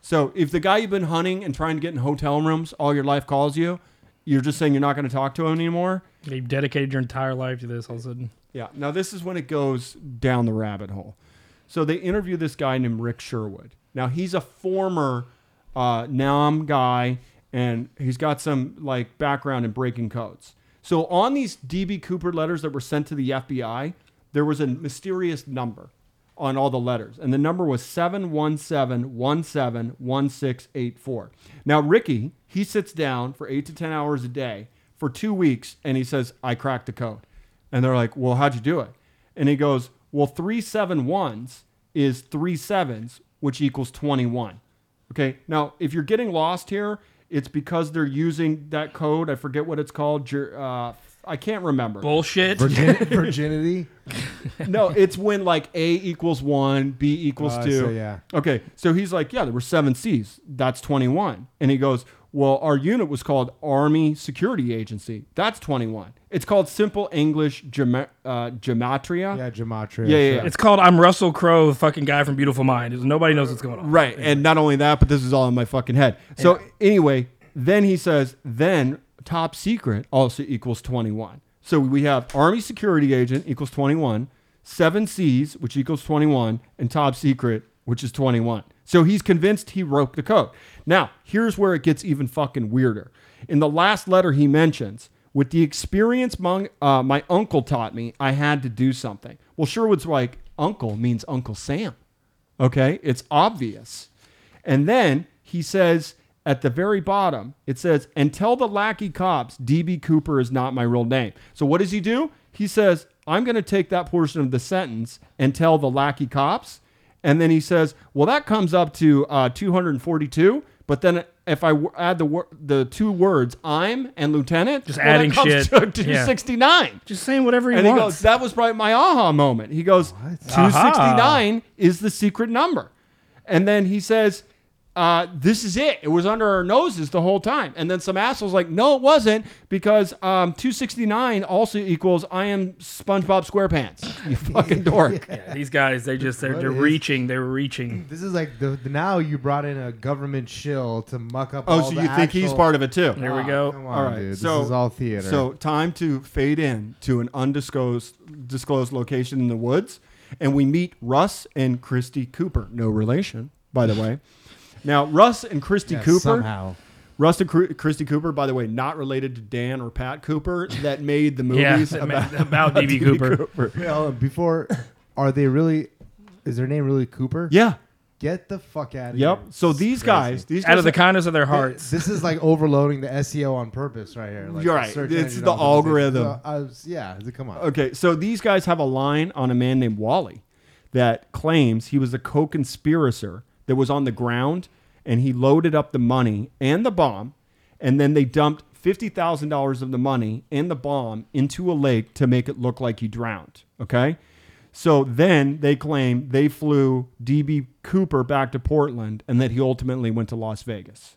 Speaker 2: So if the guy you've been hunting and trying to get in hotel rooms all your life calls you, you're just saying you're not going to talk to him anymore.
Speaker 5: You've dedicated your entire life to this all of a sudden.
Speaker 2: Yeah. Now this is when it goes down the rabbit hole. So they interview this guy named Rick Sherwood. Now he's a former uh, NAM guy, and he's got some like background in breaking codes. So on these DB Cooper letters that were sent to the FBI, there was a mysterious number on all the letters, and the number was seven one seven one seven one six eight four. Now Ricky, he sits down for eight to ten hours a day for two weeks, and he says, "I cracked the code." And they're like, well, how'd you do it? And he goes, well, three seven ones is three sevens, which equals 21. Okay. Now, if you're getting lost here, it's because they're using that code. I forget what it's called. Jer- Uh, I can't remember.
Speaker 5: Bullshit.
Speaker 4: Virgin- virginity.
Speaker 2: no, it's when like A equals one, B equals
Speaker 4: Oh, I
Speaker 2: two.
Speaker 4: see, yeah.
Speaker 2: Okay. So he's like, yeah, there were seven C's. That's 21. And he goes, Well, our unit was called Army Security Agency. That's 21. It's called Simple English Gema- uh, Gematria.
Speaker 4: Yeah, gematria.
Speaker 2: Yeah, yeah,
Speaker 4: sure.
Speaker 2: yeah.
Speaker 5: It's called I'm Russell Crowe, the fucking guy from Beautiful Mind. Nobody knows what's going on.
Speaker 2: Right. And not only that, but this is all in my fucking head. So anyway, then he says, then top secret also equals 21. So we have Army security agent equals 21, seven C's, which equals 21, and top secret, which is 21. So he's convinced he broke the code. Now, here's where it gets even fucking weirder. In the last letter, he mentions, with the experience mon- uh, my uncle taught me, I had to do something. Well, Sherwood's like, uncle means Uncle Sam. Okay, it's obvious. And then he says at the very bottom, it says, and tell the lackey cops DB Cooper is not my real name. So what does he do? He says, I'm going to take that portion of the sentence and tell the lackey cops. And then he says, well, that comes up to uh, 242. But then if I w- add the wor- the two words, I'm and lieutenant, just
Speaker 5: adding shit.
Speaker 2: to
Speaker 5: Yeah.
Speaker 2: 269.
Speaker 5: Just saying whatever he
Speaker 2: And he
Speaker 5: wants.
Speaker 2: goes, that was probably my aha moment. He goes, 269 is the secret number. And then he says, uh, this is it. It was under our noses the whole time. And then some asshole's like, no, it wasn't because um, 269 also equals I am SpongeBob SquarePants. You fucking dork.
Speaker 5: These guys, they just they're, they're
Speaker 4: What is-
Speaker 5: reaching. They're reaching.
Speaker 4: This is like the, the now you brought in a government shill to muck up.
Speaker 2: Oh,
Speaker 4: all
Speaker 2: so
Speaker 4: the
Speaker 2: you think he's
Speaker 4: actual-
Speaker 2: part of it too?
Speaker 5: There we
Speaker 4: Ah,
Speaker 5: go.
Speaker 4: Come on,
Speaker 2: All right,
Speaker 4: dude.
Speaker 2: so-
Speaker 4: this is all theater.
Speaker 2: So time to fade in to an undisclosed disclosed location in the woods, and we meet Russ and Christy Cooper. No relation, by the way. Now Russ and Christy
Speaker 4: Yeah,
Speaker 2: Cooper.
Speaker 4: somehow.
Speaker 2: Russ and Cru- Christy Cooper, by the way, not related to Dan or Pat Cooper that made the
Speaker 5: Yeah,
Speaker 2: movies
Speaker 5: that
Speaker 2: about,
Speaker 5: ma- about DB Cooper.
Speaker 4: Well, before, are they really? Is their name really Cooper?
Speaker 2: Yeah.
Speaker 4: Get the fuck out of
Speaker 2: Yep.
Speaker 4: here.
Speaker 2: So
Speaker 4: It's
Speaker 2: these
Speaker 4: crazy.
Speaker 2: guys, these
Speaker 5: Out of the
Speaker 2: guys
Speaker 5: kindness of their
Speaker 4: Th-
Speaker 5: hearts.
Speaker 4: This is like overloading the SEO on purpose, right here. Like
Speaker 2: You're
Speaker 4: the
Speaker 2: right.
Speaker 4: search
Speaker 2: It's
Speaker 4: engine
Speaker 2: the
Speaker 4: optimization.
Speaker 2: algorithm.
Speaker 4: So, I was- yeah. Come on.
Speaker 2: Okay, so these guys have a line on a man named Wally that claims he was a co-conspirator that was on the ground and he loaded up the money and the bomb and then they dumped $50,000 of the money and the bomb into a lake to make it look like he drowned, okay? So then they claim they flew DB Cooper back to Portland and that he ultimately went to Las Vegas.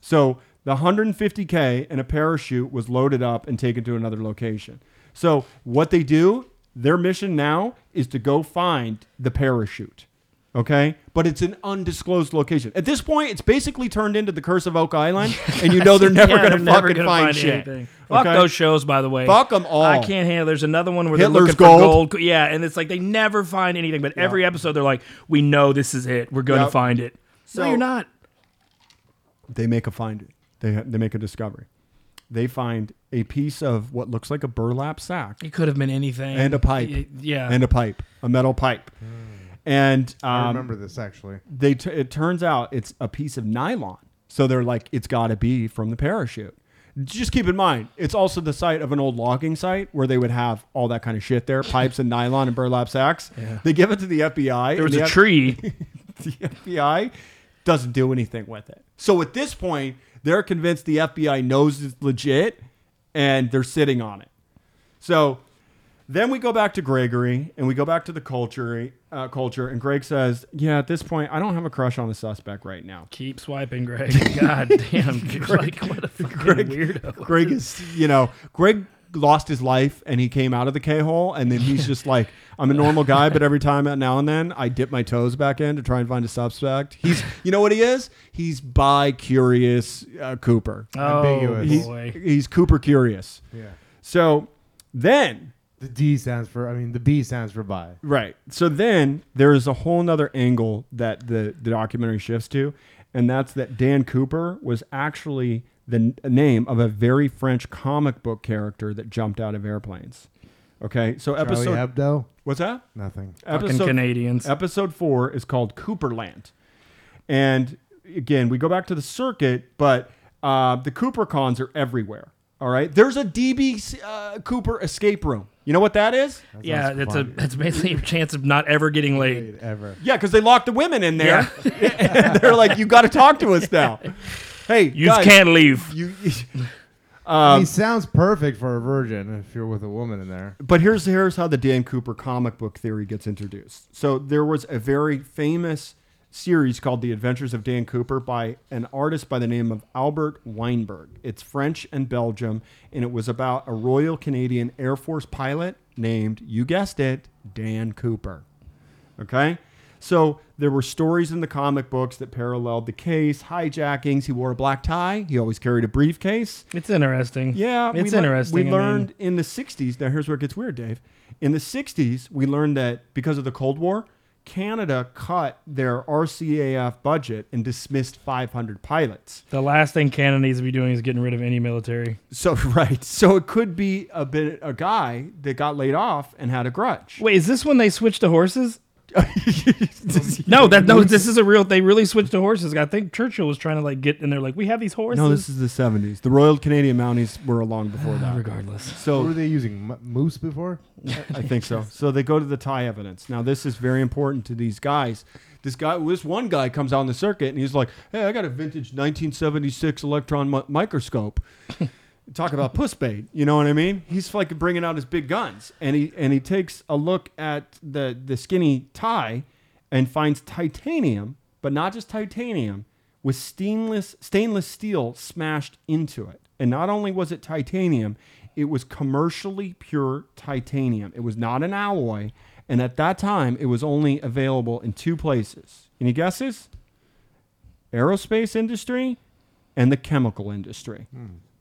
Speaker 2: So the 150K and a parachute was loaded up and taken to another location. So what they do, their mission now is to go find the parachute. Okay, but it's an undisclosed location. At this point, it's basically turned into the Curse of Oak Island, and you know they're never
Speaker 5: Yeah,
Speaker 2: going to
Speaker 5: they're never
Speaker 2: fucking
Speaker 5: gonna
Speaker 2: find, shit.
Speaker 5: Fuck
Speaker 2: Okay?
Speaker 5: those shows, by the way.
Speaker 2: Fuck 'em all.
Speaker 5: I can't handle. There's another one where
Speaker 2: Hitler's
Speaker 5: they're looking for
Speaker 2: Gold.
Speaker 5: gold. Yeah, and it's like they never find anything. But every episode, they're like, "We know this is it. We're gonna
Speaker 2: Yep.
Speaker 5: find it."
Speaker 2: So-
Speaker 5: no, you're not.
Speaker 2: They make a find. They they make a discovery. They find a piece of what looks like a burlap sack
Speaker 5: It could have been anything.
Speaker 2: and a
Speaker 5: Y-
Speaker 2: pipe.
Speaker 5: Yeah.
Speaker 2: and a pipe, a metal pipe,
Speaker 5: Mm.
Speaker 2: and um,
Speaker 4: I remember this actually.
Speaker 2: they t- it turns out it's a piece of nylon. So they're like, it's got to be from the parachute. Just keep in mind, it's also the site of an old logging site where they would have all that kind of shit there, pipes and nylon and burlap sacks. They give it to the FBI.
Speaker 5: there was
Speaker 2: and
Speaker 5: a
Speaker 2: the
Speaker 5: tree.
Speaker 2: the FBI doesn't do anything with it. So at this point, they're convinced the FBI knows it's legit and they're sitting on it. So then we go back to Gregory and we go back to the culture uh, culture and Greg says, "Yeah, at this point, I don't have a crush on the suspect right now."
Speaker 5: Keep swiping, Greg. God damn. Greg, like, what a fucking weirdo.
Speaker 2: Greg is, you know, Greg lost his life and he came out of the K-hole and then he's just like, I'm a normal guy, but every time now and then I dip my toes back in to try and find a suspect. He's, you know what he is? He's bi-curious uh, Cooper.
Speaker 5: Oh,
Speaker 4: Ambiguous.
Speaker 2: He's,
Speaker 5: boy.
Speaker 2: he's Cooper curious.
Speaker 4: Yeah.
Speaker 2: So then
Speaker 4: The D stands for. I mean, the B stands for by.
Speaker 2: Right. So then there is a whole nother angle that the, the documentary shifts to, and that's that Dan Cooper was actually the n- name of a very French comic book character that jumped out of airplanes. Okay. So
Speaker 4: Charlie
Speaker 2: episode
Speaker 4: Hebdo.
Speaker 2: what's that?
Speaker 4: Nothing.
Speaker 5: Fucking Canadians.
Speaker 2: Episode four is called Cooperland. And again, we go back to the circuit, but uh, the Cooper cons are everywhere. All right. There's a DB uh, Cooper escape room. You know what that is?
Speaker 5: yeah,
Speaker 4: sounds
Speaker 5: it's a
Speaker 4: fun.
Speaker 5: it's basically a chance of not ever getting laid.
Speaker 4: Ever.
Speaker 2: Yeah, because they locked the women in there. and they're like, you got to talk to us now. Hey,
Speaker 5: You
Speaker 2: guys,
Speaker 5: can't leave.
Speaker 2: You, Um,
Speaker 4: he sounds perfect for a virgin if you're with a woman in there.
Speaker 2: but here's here's how the Dan Cooper comic book theory gets introduced. So there was a very famous series called The Adventures of Dan Cooper by an artist by the name of Albert Weinberg. It's French and Belgium, and it was about a Royal Canadian Air Force pilot named, you guessed it, Dan Cooper. Okay? So there were stories in the comic books that paralleled the case, hijackings. He wore a black tie. He always carried a briefcase.
Speaker 5: It's interesting.
Speaker 2: Yeah,
Speaker 5: it's
Speaker 2: we lear-
Speaker 5: interesting. I
Speaker 2: we
Speaker 5: mean,
Speaker 2: learned in the '60s. Now here's where it gets weird, Dave. In the '60s, we learned that because of the Cold War, Canada cut their RCAF budget and dismissed 500 pilots.
Speaker 5: the last thing Canada needs to be doing is getting rid of any military.
Speaker 2: So right, so it could be a bit a guy that got laid off and had a grudge.
Speaker 5: Wait, is this when they switched to horses? No, that no. This is a real. They really switched to horses. I think Churchill was trying to like get in there. Like we have these horses.
Speaker 2: no, this is the '70s. The Royal Canadian Mounties were along before that.
Speaker 5: Ah, regardless.
Speaker 4: What were
Speaker 2: So
Speaker 4: they using? M- moose before?
Speaker 2: I think so. So they go to the tie evidence. Now this is very important to these guys. This guy, this one guy comes out on the circuit and he's like, "Hey, I got a vintage 1976 electron mi- microscope." Talk about puss bait, you know what I mean? He's like bringing out his big guns, and he and he takes a look at the the skinny tie, and finds titanium, but not just titanium, with stainless stainless steel smashed into it. And not only was it titanium, it was commercially pure titanium. It was not an alloy, and at that time it was only available in two places. Any guesses? Aerospace industry and the chemical industry.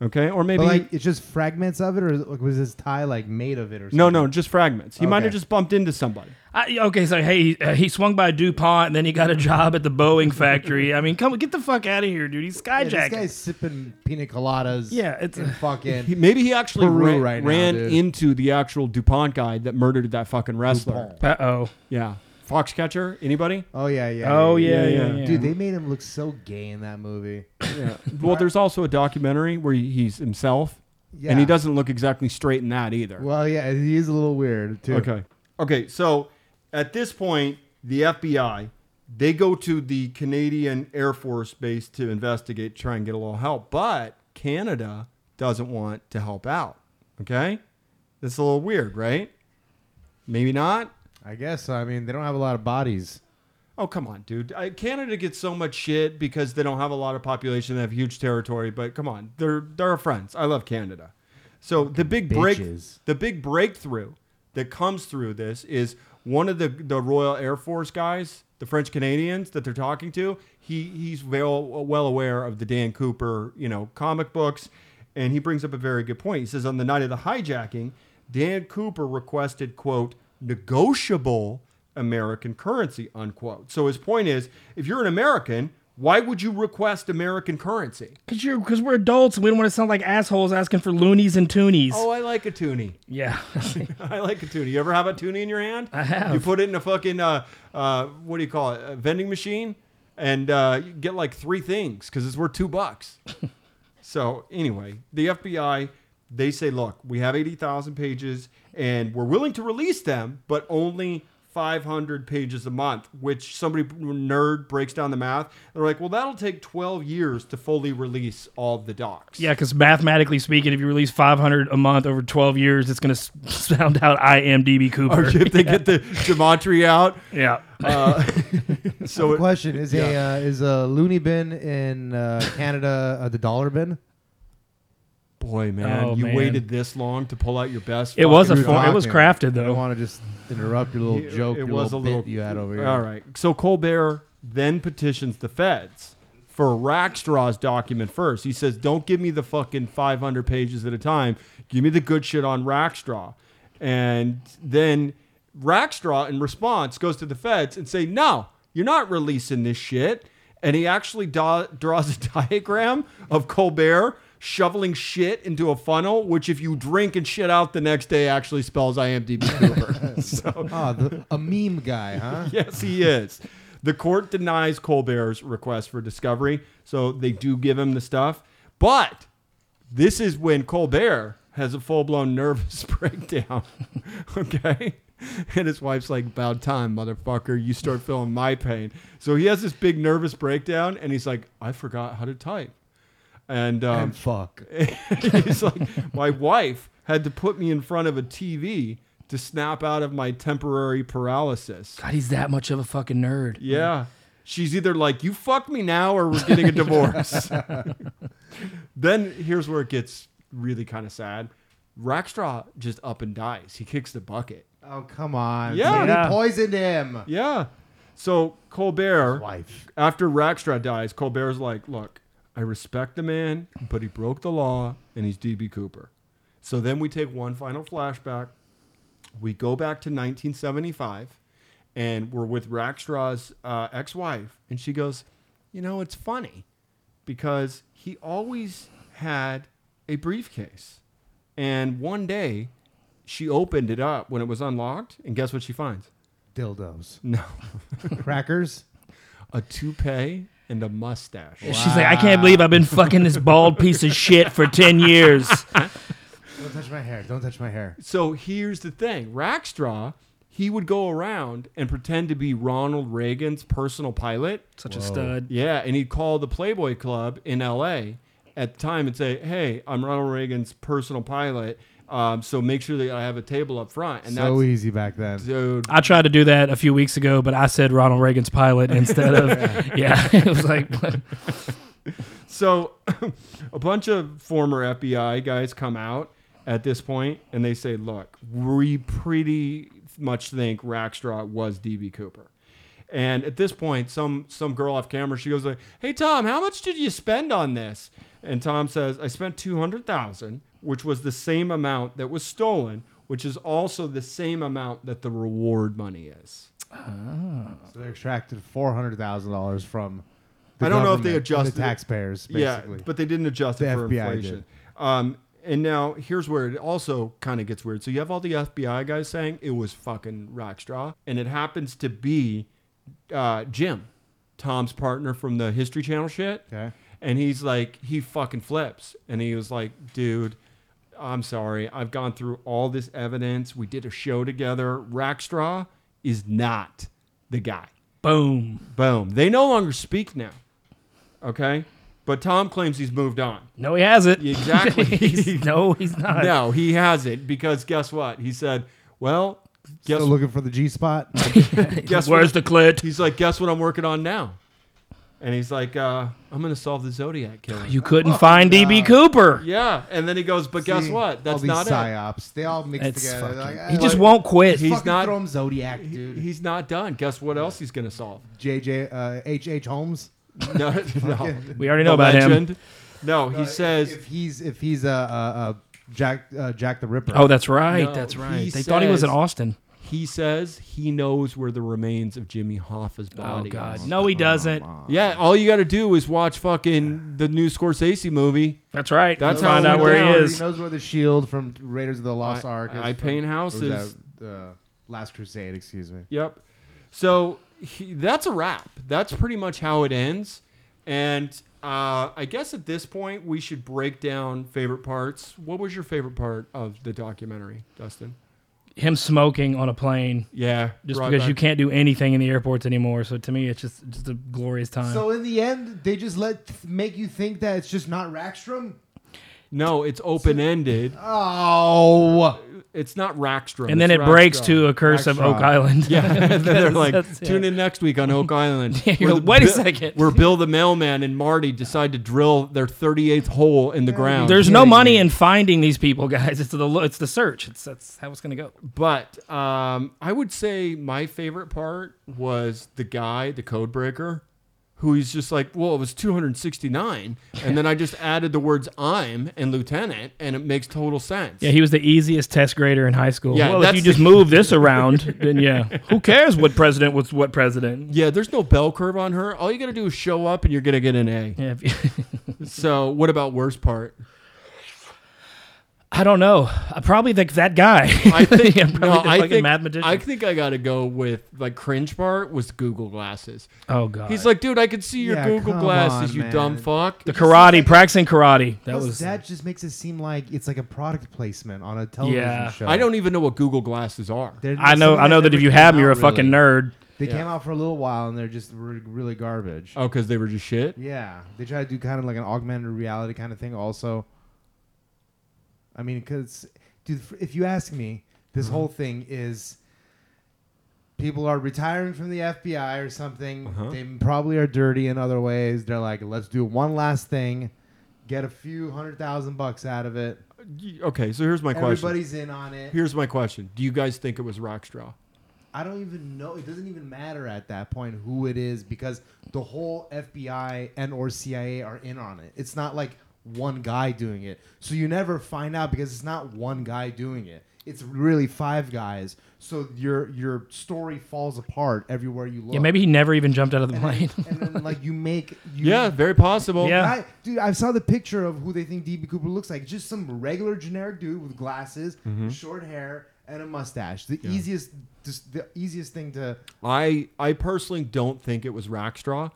Speaker 2: Okay? Or maybe
Speaker 4: Hmm. But like, it's just fragments of it, or like, was his tie like made of it, or something?
Speaker 2: No, no, just fragments. He might
Speaker 4: Okay.
Speaker 2: have just bumped into somebody.
Speaker 5: I, okay, so hey, uh, he swung by DuPont, and then he got a job at the Boeing factory. I mean, come get the fuck out of here, dude. He's
Speaker 4: Yeah, this
Speaker 5: skyjacking.
Speaker 4: guy's sipping pina coladas.
Speaker 5: Yeah, it's-
Speaker 4: and fucking.
Speaker 2: He, maybe he actually
Speaker 4: Peru
Speaker 2: ran,
Speaker 4: right now,
Speaker 2: ran
Speaker 4: dude.
Speaker 2: into the actual DuPont guy that murdered that fucking wrestler.
Speaker 5: uh oh.
Speaker 2: Yeah. Foxcatcher? Anybody?
Speaker 4: oh yeah, yeah.
Speaker 5: Oh
Speaker 2: Yeah,
Speaker 5: yeah, yeah,
Speaker 2: yeah.
Speaker 5: yeah.
Speaker 4: Dude, they made him look so gay in that movie.
Speaker 2: Yeah. well, there's also a documentary where he- he's himself,
Speaker 4: Yeah.
Speaker 2: and he doesn't look exactly straight in that either.
Speaker 4: Well, yeah, he is a little weird too.
Speaker 2: Okay. Okay. So at this point, the FBI they go to the Canadian Air Force base to investigate, try and get a little help, but Canada doesn't want to help out. Okay, that's a little weird, right? Maybe not.
Speaker 4: I guess. I mean, they don't have a lot of bodies.
Speaker 2: Oh come on, dude! I, Canada gets so much shit because they don't have a lot of population. They have huge territory, but come on, they're they're our friends. I love Canada. So the big break,
Speaker 4: Bitches.
Speaker 2: the big breakthrough that comes through this is one of the the Royal Air Force guys, the French Canadians that they're talking to. He he's well well aware of the Dan Cooper you know comic books, and he brings up a very good point. He says on the night of the hijacking, Dan Cooper requested quote negotiable American currency, unquote. So his point is if you're an American, why would you request American currency?
Speaker 5: Cause you're, cause we're adults, and we don't want to sound like assholes asking for loonies and toonies.
Speaker 2: Oh, I like a toonie.
Speaker 5: Yeah.
Speaker 2: I like a toonie. You ever have a toonie in your hand? I
Speaker 5: have.
Speaker 2: You put it in a fucking, uh, uh, what do you call it, a vending machine, and uh, you get like three things because it's worth two bucks. so anyway, the FBI, they say, look, we have 80,000 pages and we're willing to release them, but only 500 pages a month, which somebody nerd breaks down the math. They're like, well, that'll take 12 years to fully release all the docs.
Speaker 5: Yeah, because mathematically speaking, if you release 500 a month over 12 years, it's going to sound out I am DB Cooper.
Speaker 2: If they get the gematria out,
Speaker 5: Oh, Yeah.
Speaker 2: so it,
Speaker 4: Question is a uh, is a loony bin in uh, Canada uh, the dollar bin?
Speaker 2: Boy, man,
Speaker 5: Oh,
Speaker 2: you
Speaker 5: man.
Speaker 2: waited this long to pull out your best.
Speaker 5: It was a
Speaker 2: fucking
Speaker 5: fo-
Speaker 2: joke.
Speaker 5: it was crafted
Speaker 4: I don't
Speaker 5: though.
Speaker 4: want to just interrupt your little
Speaker 2: It-
Speaker 4: joke.
Speaker 2: It
Speaker 4: your
Speaker 2: was a little
Speaker 4: bit you had over here.
Speaker 2: All right. So Colbert then petitions the feds for Rackstraw's document first. He says, "Don't give me the fucking 500 pages at a time. Give me the good shit on Rackstraw." And then Rackstraw, in response, goes to the feds and say, "No, you're not releasing this shit." And he actually da- draws a diagram of Colbert shoveling shit into a funnel, which if you drink and shit out the next day, actually spells IMDb Cooper. so
Speaker 4: Ah, the, a meme guy, huh?
Speaker 2: yes, he is. The court denies Colbert's request for discovery, so they do give him the stuff. But this is when Colbert has a full blown nervous breakdown. okay? And his wife's like, About time, motherfucker, you start feeling my pain. So he has this big nervous breakdown, and he's like, I forgot how to type. And, um,
Speaker 4: And fuck.
Speaker 2: he's like, my wife had to put me in front of a TV to snap out of my temporary paralysis.
Speaker 5: God, he's that much of a fucking nerd.
Speaker 2: Yeah. She's either like, you fuck me now or we're getting a divorce. then here's where it gets really kind of sad. Rackstraw just up and dies. He kicks the bucket.
Speaker 4: Oh come on!
Speaker 2: Yeah.
Speaker 4: Somebody
Speaker 5: Yeah.
Speaker 4: poisoned him.
Speaker 2: Yeah. So Colbert,
Speaker 4: Wife.
Speaker 2: after Rackstraw dies, Colbert's like, look, I respect the man, but he broke the law and he's DB Cooper. So then we take one final flashback. We go back to 1975 and we're with Rackstraw's uh, ex wife. And she goes, you know, it's funny because he always had a briefcase. And one day she opened it up when it was unlocked. And guess what she finds?
Speaker 4: Dildos.
Speaker 2: No
Speaker 4: Crackers.
Speaker 2: a toupee and a mustache.
Speaker 5: She's like, I can't believe I've been fucking this bald piece of shit for ten years.
Speaker 4: Don't touch my hair. Don't touch my hair.
Speaker 2: So here's the thing Rackstraw, he would go around and pretend to be Ronald Reagan's personal pilot.
Speaker 5: Such a stud.
Speaker 2: Yeah, and he'd call the Playboy Club in LA at the time and say, Hey, I'm Ronald Reagan's personal pilot. Um, so make sure that I have a table up front. And
Speaker 4: so
Speaker 2: that's
Speaker 4: easy back then.
Speaker 2: dude.
Speaker 3: I tried to do that a few weeks ago, but I said Ronald Reagan's pilot instead of yeah. It was like
Speaker 2: So a bunch of former FBI guys come out at this point and they say, look, we pretty much think Rackstraw was DB Cooper. And at this point, some some girl off camera, she goes like, "Hey Tom, how much did you spend on this?" And Tom says, "I spent two hundred thousand, which was the same amount that was stolen, which is also the same amount that the reward money is."
Speaker 4: So they extracted four hundred thousand dollars from. The
Speaker 2: I don't know if
Speaker 4: government
Speaker 2: they
Speaker 4: and
Speaker 2: adjusted it.
Speaker 4: the taxpayers. Basically.
Speaker 2: Yeah, but they didn't adjust it
Speaker 4: The
Speaker 2: for
Speaker 4: FBI did.
Speaker 2: inflation. Um, and now here's where it also kind of gets weird. So you have all the FBI guys saying it was fucking Rockstraw, and it happens to be uh, Jim, Tom's partner from the History Channel shit.
Speaker 4: Okay.
Speaker 2: And he's like, he fucking flips, and he was like, dude. I'm sorry. I've gone through all this evidence. We did a show together. Rackstraw is not the guy.
Speaker 3: boom.
Speaker 2: Boom. They no longer speak now. Okay? But Tom claims he's moved on.
Speaker 3: No, he has it.
Speaker 2: Exactly.
Speaker 3: He's- no, he's not.
Speaker 2: No, he hasn't because guess what? He said, well, guess,
Speaker 4: Still looking for the G spot.
Speaker 2: guess
Speaker 3: Where's
Speaker 2: what?
Speaker 3: the clit?
Speaker 2: he's like, guess what I'm working on now? And he's like, uh, I'm going to solve the Zodiac killer.
Speaker 3: You couldn't find DB Cooper.
Speaker 2: yeah. And then he goes, but guess what?
Speaker 4: all
Speaker 2: That's
Speaker 4: these
Speaker 2: not it.
Speaker 4: psyops. They all mix
Speaker 3: It's
Speaker 4: together. They're
Speaker 3: fucking-
Speaker 4: like,
Speaker 3: he
Speaker 4: "Ah,
Speaker 3: just
Speaker 4: what-
Speaker 3: won't quit.
Speaker 2: He's
Speaker 4: fucking
Speaker 2: not-
Speaker 4: throw him Zodiac, dude.
Speaker 2: He's not done. Guess what else he's going to solve?
Speaker 4: JJ uh, HH Holmes.
Speaker 2: No, no.
Speaker 3: We already know
Speaker 2: The
Speaker 3: about him.
Speaker 2: legend. No, he
Speaker 4: Uh,
Speaker 2: says,
Speaker 4: if he's if he's a uh, uh, Jack uh, Jack the Ripper.
Speaker 3: Oh, that's right.
Speaker 2: No,
Speaker 3: that's
Speaker 2: he
Speaker 3: right. They thought he was in
Speaker 2: says-
Speaker 3: Austin.
Speaker 2: he says he knows where the remains of Jimmy Hoffa's
Speaker 3: Oh
Speaker 2: body
Speaker 3: God,
Speaker 2: is.
Speaker 3: no, he doesn't.
Speaker 2: Yeah, all you got to do is watch fucking the new Scorsese movie.
Speaker 3: That's right.
Speaker 2: That's
Speaker 3: We'll
Speaker 2: how
Speaker 3: find
Speaker 2: we
Speaker 3: out where
Speaker 2: know.
Speaker 3: he
Speaker 4: He
Speaker 3: is.
Speaker 4: knows where the shield from Raiders of the Lost
Speaker 2: I-
Speaker 4: Ark. is
Speaker 2: I
Speaker 4: from-
Speaker 2: paint
Speaker 4: or was
Speaker 2: houses.
Speaker 4: that, uh, Last Crusade, excuse me.
Speaker 2: Yep. So he, that's a wrap. That's pretty much how it ends. And uh, I guess at this point we should break down favorite parts. What was your favorite part of the documentary, Dustin?
Speaker 3: Him smoking on a plane
Speaker 2: Yeah,
Speaker 3: just
Speaker 2: right
Speaker 3: because
Speaker 2: back-
Speaker 3: you can't do anything in the airports anymore. So to me, it's just just a glorious time.
Speaker 4: So in the end, they just let th- make you think that it's just not Rackstrom.
Speaker 2: No, it's open ended.
Speaker 4: Oh,
Speaker 2: It's not Rackstrom.
Speaker 3: and then
Speaker 2: it's
Speaker 3: it breaks
Speaker 2: Rackstraw.
Speaker 3: to a curse of
Speaker 4: Rockstraw.
Speaker 3: Oak Island.
Speaker 2: Yeah, and then they're like,
Speaker 3: That's-
Speaker 2: tune in next week on Oak Island.
Speaker 3: Yeah,
Speaker 2: Where
Speaker 3: you're like,
Speaker 2: the
Speaker 3: "Wait a
Speaker 2: Bill-
Speaker 3: second."
Speaker 2: Where Bill the mailman and Marty decide to drill their 38th hole in the ground.
Speaker 3: There's no
Speaker 4: kidding
Speaker 3: money
Speaker 4: me.
Speaker 3: in finding these people, guys. It's the lo- it's the search. It's that's how it's gonna go.
Speaker 2: but um, I would say my favorite part was the guy, the code breaker, who he's just like, well, it was 269. And then I just added the words I'm and lieutenant, and it makes total sense.
Speaker 3: Yeah, he was the easiest test grader in high school.
Speaker 2: Yeah,
Speaker 3: well, if
Speaker 2: that's
Speaker 3: you just
Speaker 2: the-
Speaker 3: move this around, then yeah, who cares what president was what president?
Speaker 2: Yeah, there's no bell curve on her. All you got to do is show up and you're going to get an A.
Speaker 3: Yeah, if-
Speaker 2: So, what about worst part?
Speaker 3: I don't know. I probably think that guy.
Speaker 2: I think
Speaker 3: Yeah, probably
Speaker 2: no,
Speaker 3: the
Speaker 2: I
Speaker 3: fucking
Speaker 2: think
Speaker 3: mathematician.
Speaker 2: I think I gotta go with like cringe part was Google glasses.
Speaker 3: oh god,
Speaker 2: He's like, dude, I can see your
Speaker 4: Yeah,
Speaker 2: Google
Speaker 4: come
Speaker 2: glasses,
Speaker 4: on,
Speaker 2: you
Speaker 4: man.
Speaker 2: dumb fuck.
Speaker 3: the karate practicing karate. That was
Speaker 4: that just makes it seem like it's like a product placement on a television
Speaker 3: Yeah.
Speaker 4: show.
Speaker 2: I don't even know what Google glasses are.
Speaker 4: They're
Speaker 3: I know.
Speaker 4: something
Speaker 3: I know that
Speaker 4: never
Speaker 3: if you
Speaker 4: came
Speaker 3: have them,
Speaker 4: out,
Speaker 3: you're a
Speaker 4: really.
Speaker 3: fucking nerd.
Speaker 4: They
Speaker 2: Yeah.
Speaker 4: came out for a little while and they're just re- really garbage.
Speaker 2: Oh, because they were just shit.
Speaker 4: Yeah, they try to do kind of like an augmented reality kind of thing. Also, I
Speaker 2: Mm-hmm.
Speaker 4: mean, because dude, if you ask me, this whole thing is people are retiring from the FBI or something.
Speaker 2: Uh-huh.
Speaker 4: They probably are dirty in other ways. They're like, let's do one last thing, get a few hundred thousand bucks out of it.
Speaker 2: Okay, so here's my question.
Speaker 4: Everybody's in on it.
Speaker 2: Here's my question. Do you guys think it was Rockstraw?
Speaker 4: I don't even know. It doesn't even matter at that point who it is because the whole FBI and or CIA are in on it. It's not like one guy doing it. So you never find out because it's not one guy doing it. It's really five guys. So your your story falls apart everywhere you look.
Speaker 3: Yeah, maybe he never even jumped out of the
Speaker 4: And then,
Speaker 3: plane.
Speaker 4: and then like you make you
Speaker 2: Yeah, very possible.
Speaker 3: Yeah.
Speaker 4: I, dude, I saw the picture of who they think DB Cooper looks like. Just some regular generic dude with glasses,
Speaker 3: Mm-hmm.
Speaker 4: short hair, and a mustache. The easiest, just the easiest thing to.
Speaker 2: I I personally don't think it was Rockstraw,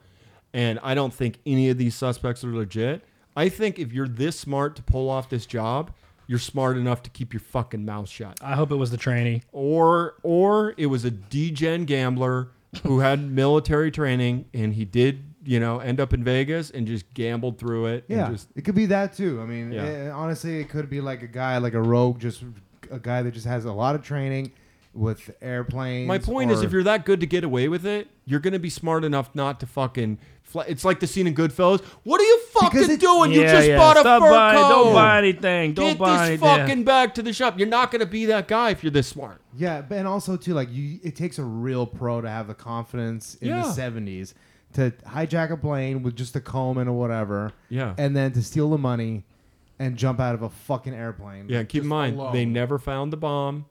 Speaker 2: and I don't think any of these suspects are legit. I think if you're this smart to pull off this job, you're smart enough to keep your fucking mouth shut.
Speaker 3: I hope it was the tranny.
Speaker 2: Or or it was a degen gambler who had military training and he did, you know, end up in Vegas and just gambled through it.
Speaker 4: Yeah,
Speaker 2: And just,
Speaker 4: it could be that too. I mean,
Speaker 2: Yeah.
Speaker 4: eh, honestly, it could be like a guy, like a rogue, just a guy that just has a lot of training with airplanes.
Speaker 2: my point is,
Speaker 4: or-
Speaker 2: if you're that good to get away with it, you're gonna be smart enough not to fucking. Fly. It's like the scene in Goodfellas. What are you
Speaker 4: Because
Speaker 2: fucking
Speaker 4: it-
Speaker 2: doing? Oh, you
Speaker 5: Yeah,
Speaker 2: just
Speaker 5: yeah.
Speaker 2: bought a
Speaker 5: Stop
Speaker 2: fur
Speaker 5: buying-
Speaker 2: coat.
Speaker 5: Don't buy anything. Don't
Speaker 2: Get
Speaker 5: buy
Speaker 2: this
Speaker 5: anything.
Speaker 2: fucking back to the shop. You're not gonna be that guy if you're this smart.
Speaker 4: Yeah, but and also too, like you, it takes a real pro to have the confidence in the
Speaker 2: Yeah.
Speaker 4: seventies to hijack a plane with just a comb and a whatever.
Speaker 2: Yeah.
Speaker 4: and then to steal the money and jump out of a fucking airplane.
Speaker 2: Yeah, keep
Speaker 4: Just
Speaker 2: in mind
Speaker 4: alone.
Speaker 2: they never found the bomb,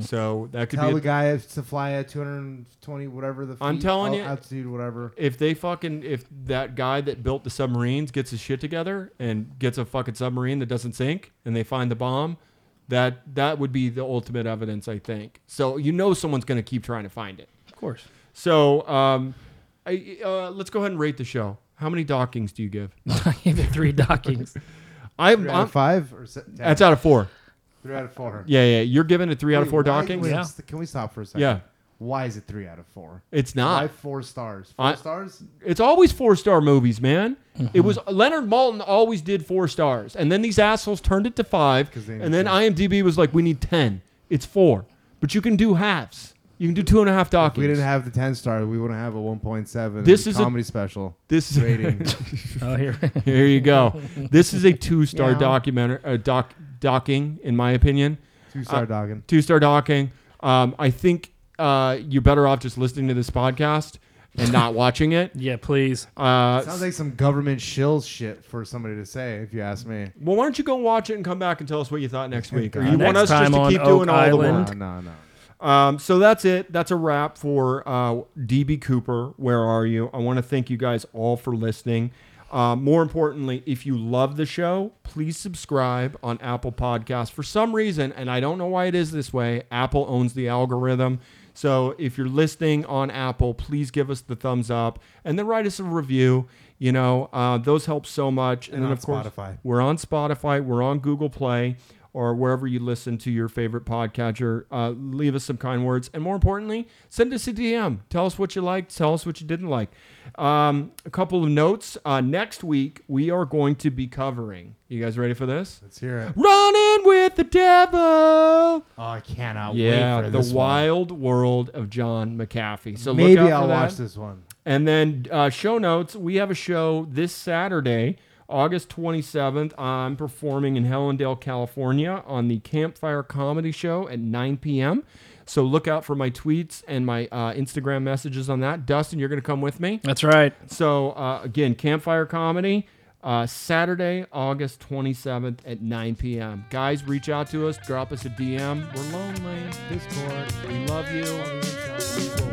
Speaker 2: so that could
Speaker 4: tell
Speaker 2: be.
Speaker 4: the guy to fly at two hundred and twenty whatever the. Feet,
Speaker 2: I'm telling
Speaker 4: al-
Speaker 2: you-
Speaker 4: altitude whatever.
Speaker 2: if they fucking if that guy that built the submarines gets his shit together and gets a fucking submarine that doesn't sink and they find the bomb, that that would be the ultimate evidence, I think. So you know someone's gonna keep trying to find it.
Speaker 3: Of course.
Speaker 2: So um, I, uh, let's go ahead and rate the show. How many dockings do you give?
Speaker 3: I gave it three dockings.
Speaker 2: I'm,
Speaker 4: Three out
Speaker 2: I'm
Speaker 4: of five or se- ten?
Speaker 2: that's out of four.
Speaker 4: three out of four.
Speaker 2: Yeah, yeah. You're giving it three out of
Speaker 4: Wait,
Speaker 2: four
Speaker 4: why-
Speaker 2: dockings.
Speaker 4: wait,
Speaker 3: Yeah.
Speaker 4: st- Can we stop for a second?
Speaker 2: Yeah.
Speaker 4: Why is it three out of four?
Speaker 2: It's
Speaker 4: Why
Speaker 2: not.
Speaker 4: four stars? Four
Speaker 2: I-
Speaker 4: stars?
Speaker 2: It's always four star movies, man.
Speaker 4: Mm-hmm.
Speaker 2: It was Leonard Malton always did four stars, and then these assholes turned it to five,
Speaker 4: 'Cause they
Speaker 2: and then IMDb was like, "We need ten. It's four, but you can do halves. You can do two and a half
Speaker 4: If we
Speaker 2: dockings."
Speaker 4: didn't have the ten star, we wouldn't have a one point seven.
Speaker 2: This is a-
Speaker 4: comedy special.
Speaker 2: this
Speaker 4: rating.
Speaker 3: Oh, here.
Speaker 2: here you go. This is a two star
Speaker 4: Yeah.
Speaker 2: documentary, uh, doc docking, in my opinion.
Speaker 4: Two star
Speaker 2: Uh,
Speaker 4: dogging.
Speaker 2: two star docking. Um, I think uh, you're better off just listening to this podcast and not watching it.
Speaker 3: yeah, please.
Speaker 2: Uh,
Speaker 4: Sounds like some government shill shit for somebody to say, if you ask me.
Speaker 2: Well, why don't you go watch it and come back and tell us what you thought next week? Or
Speaker 4: God.
Speaker 2: you want
Speaker 3: Next
Speaker 2: us just
Speaker 3: time
Speaker 2: to
Speaker 3: on
Speaker 2: keep
Speaker 3: Oak
Speaker 2: doing all
Speaker 4: No,
Speaker 3: Island.
Speaker 2: the
Speaker 4: no, no.
Speaker 2: work? Um, so that's it. That's a wrap for uh, DB Cooper. Where are you? I want to thank you guys all for listening. Uh, more importantly, if you love the show, please subscribe on Apple Podcasts. For some reason, and I don't know why it is this way, Apple owns the algorithm. So if you're listening on Apple, please give us the thumbs up and then write us a review. You know, uh, those help so much. And,
Speaker 4: And
Speaker 2: then,
Speaker 4: on
Speaker 2: of course,
Speaker 4: Spotify.
Speaker 2: we're on Spotify, we're on Google Play, or wherever you listen to your favorite podcatcher. Uh, leave us some kind words. And more importantly, send us a DM. Tell us what you liked, tell us what you didn't like. Um, a couple of notes. Uh, next week, we are going to be covering. You guys ready for this?
Speaker 4: Let's hear it.
Speaker 2: Running with the Devil.
Speaker 4: Oh, I cannot wait
Speaker 2: yeah,
Speaker 4: for
Speaker 2: the
Speaker 4: this
Speaker 2: wild world of John McAfee. So
Speaker 4: one. Maybe
Speaker 2: look out
Speaker 4: I'll
Speaker 2: for that.
Speaker 4: watch this one.
Speaker 2: And then uh, show notes. We have a show this Saturday, August 27th. I'm performing in Hellendale, California on the Campfire Comedy Show at 9 p.m. So look out for my tweets and my uh, Instagram messages on that. Dustin, you're going to come with me.
Speaker 3: That's right.
Speaker 2: So uh, again, Campfire Comedy. Uh, Saturday, August 27th at 9 p.m. Guys, reach out to us, drop us a DM. We're lonely. Discord. We love you.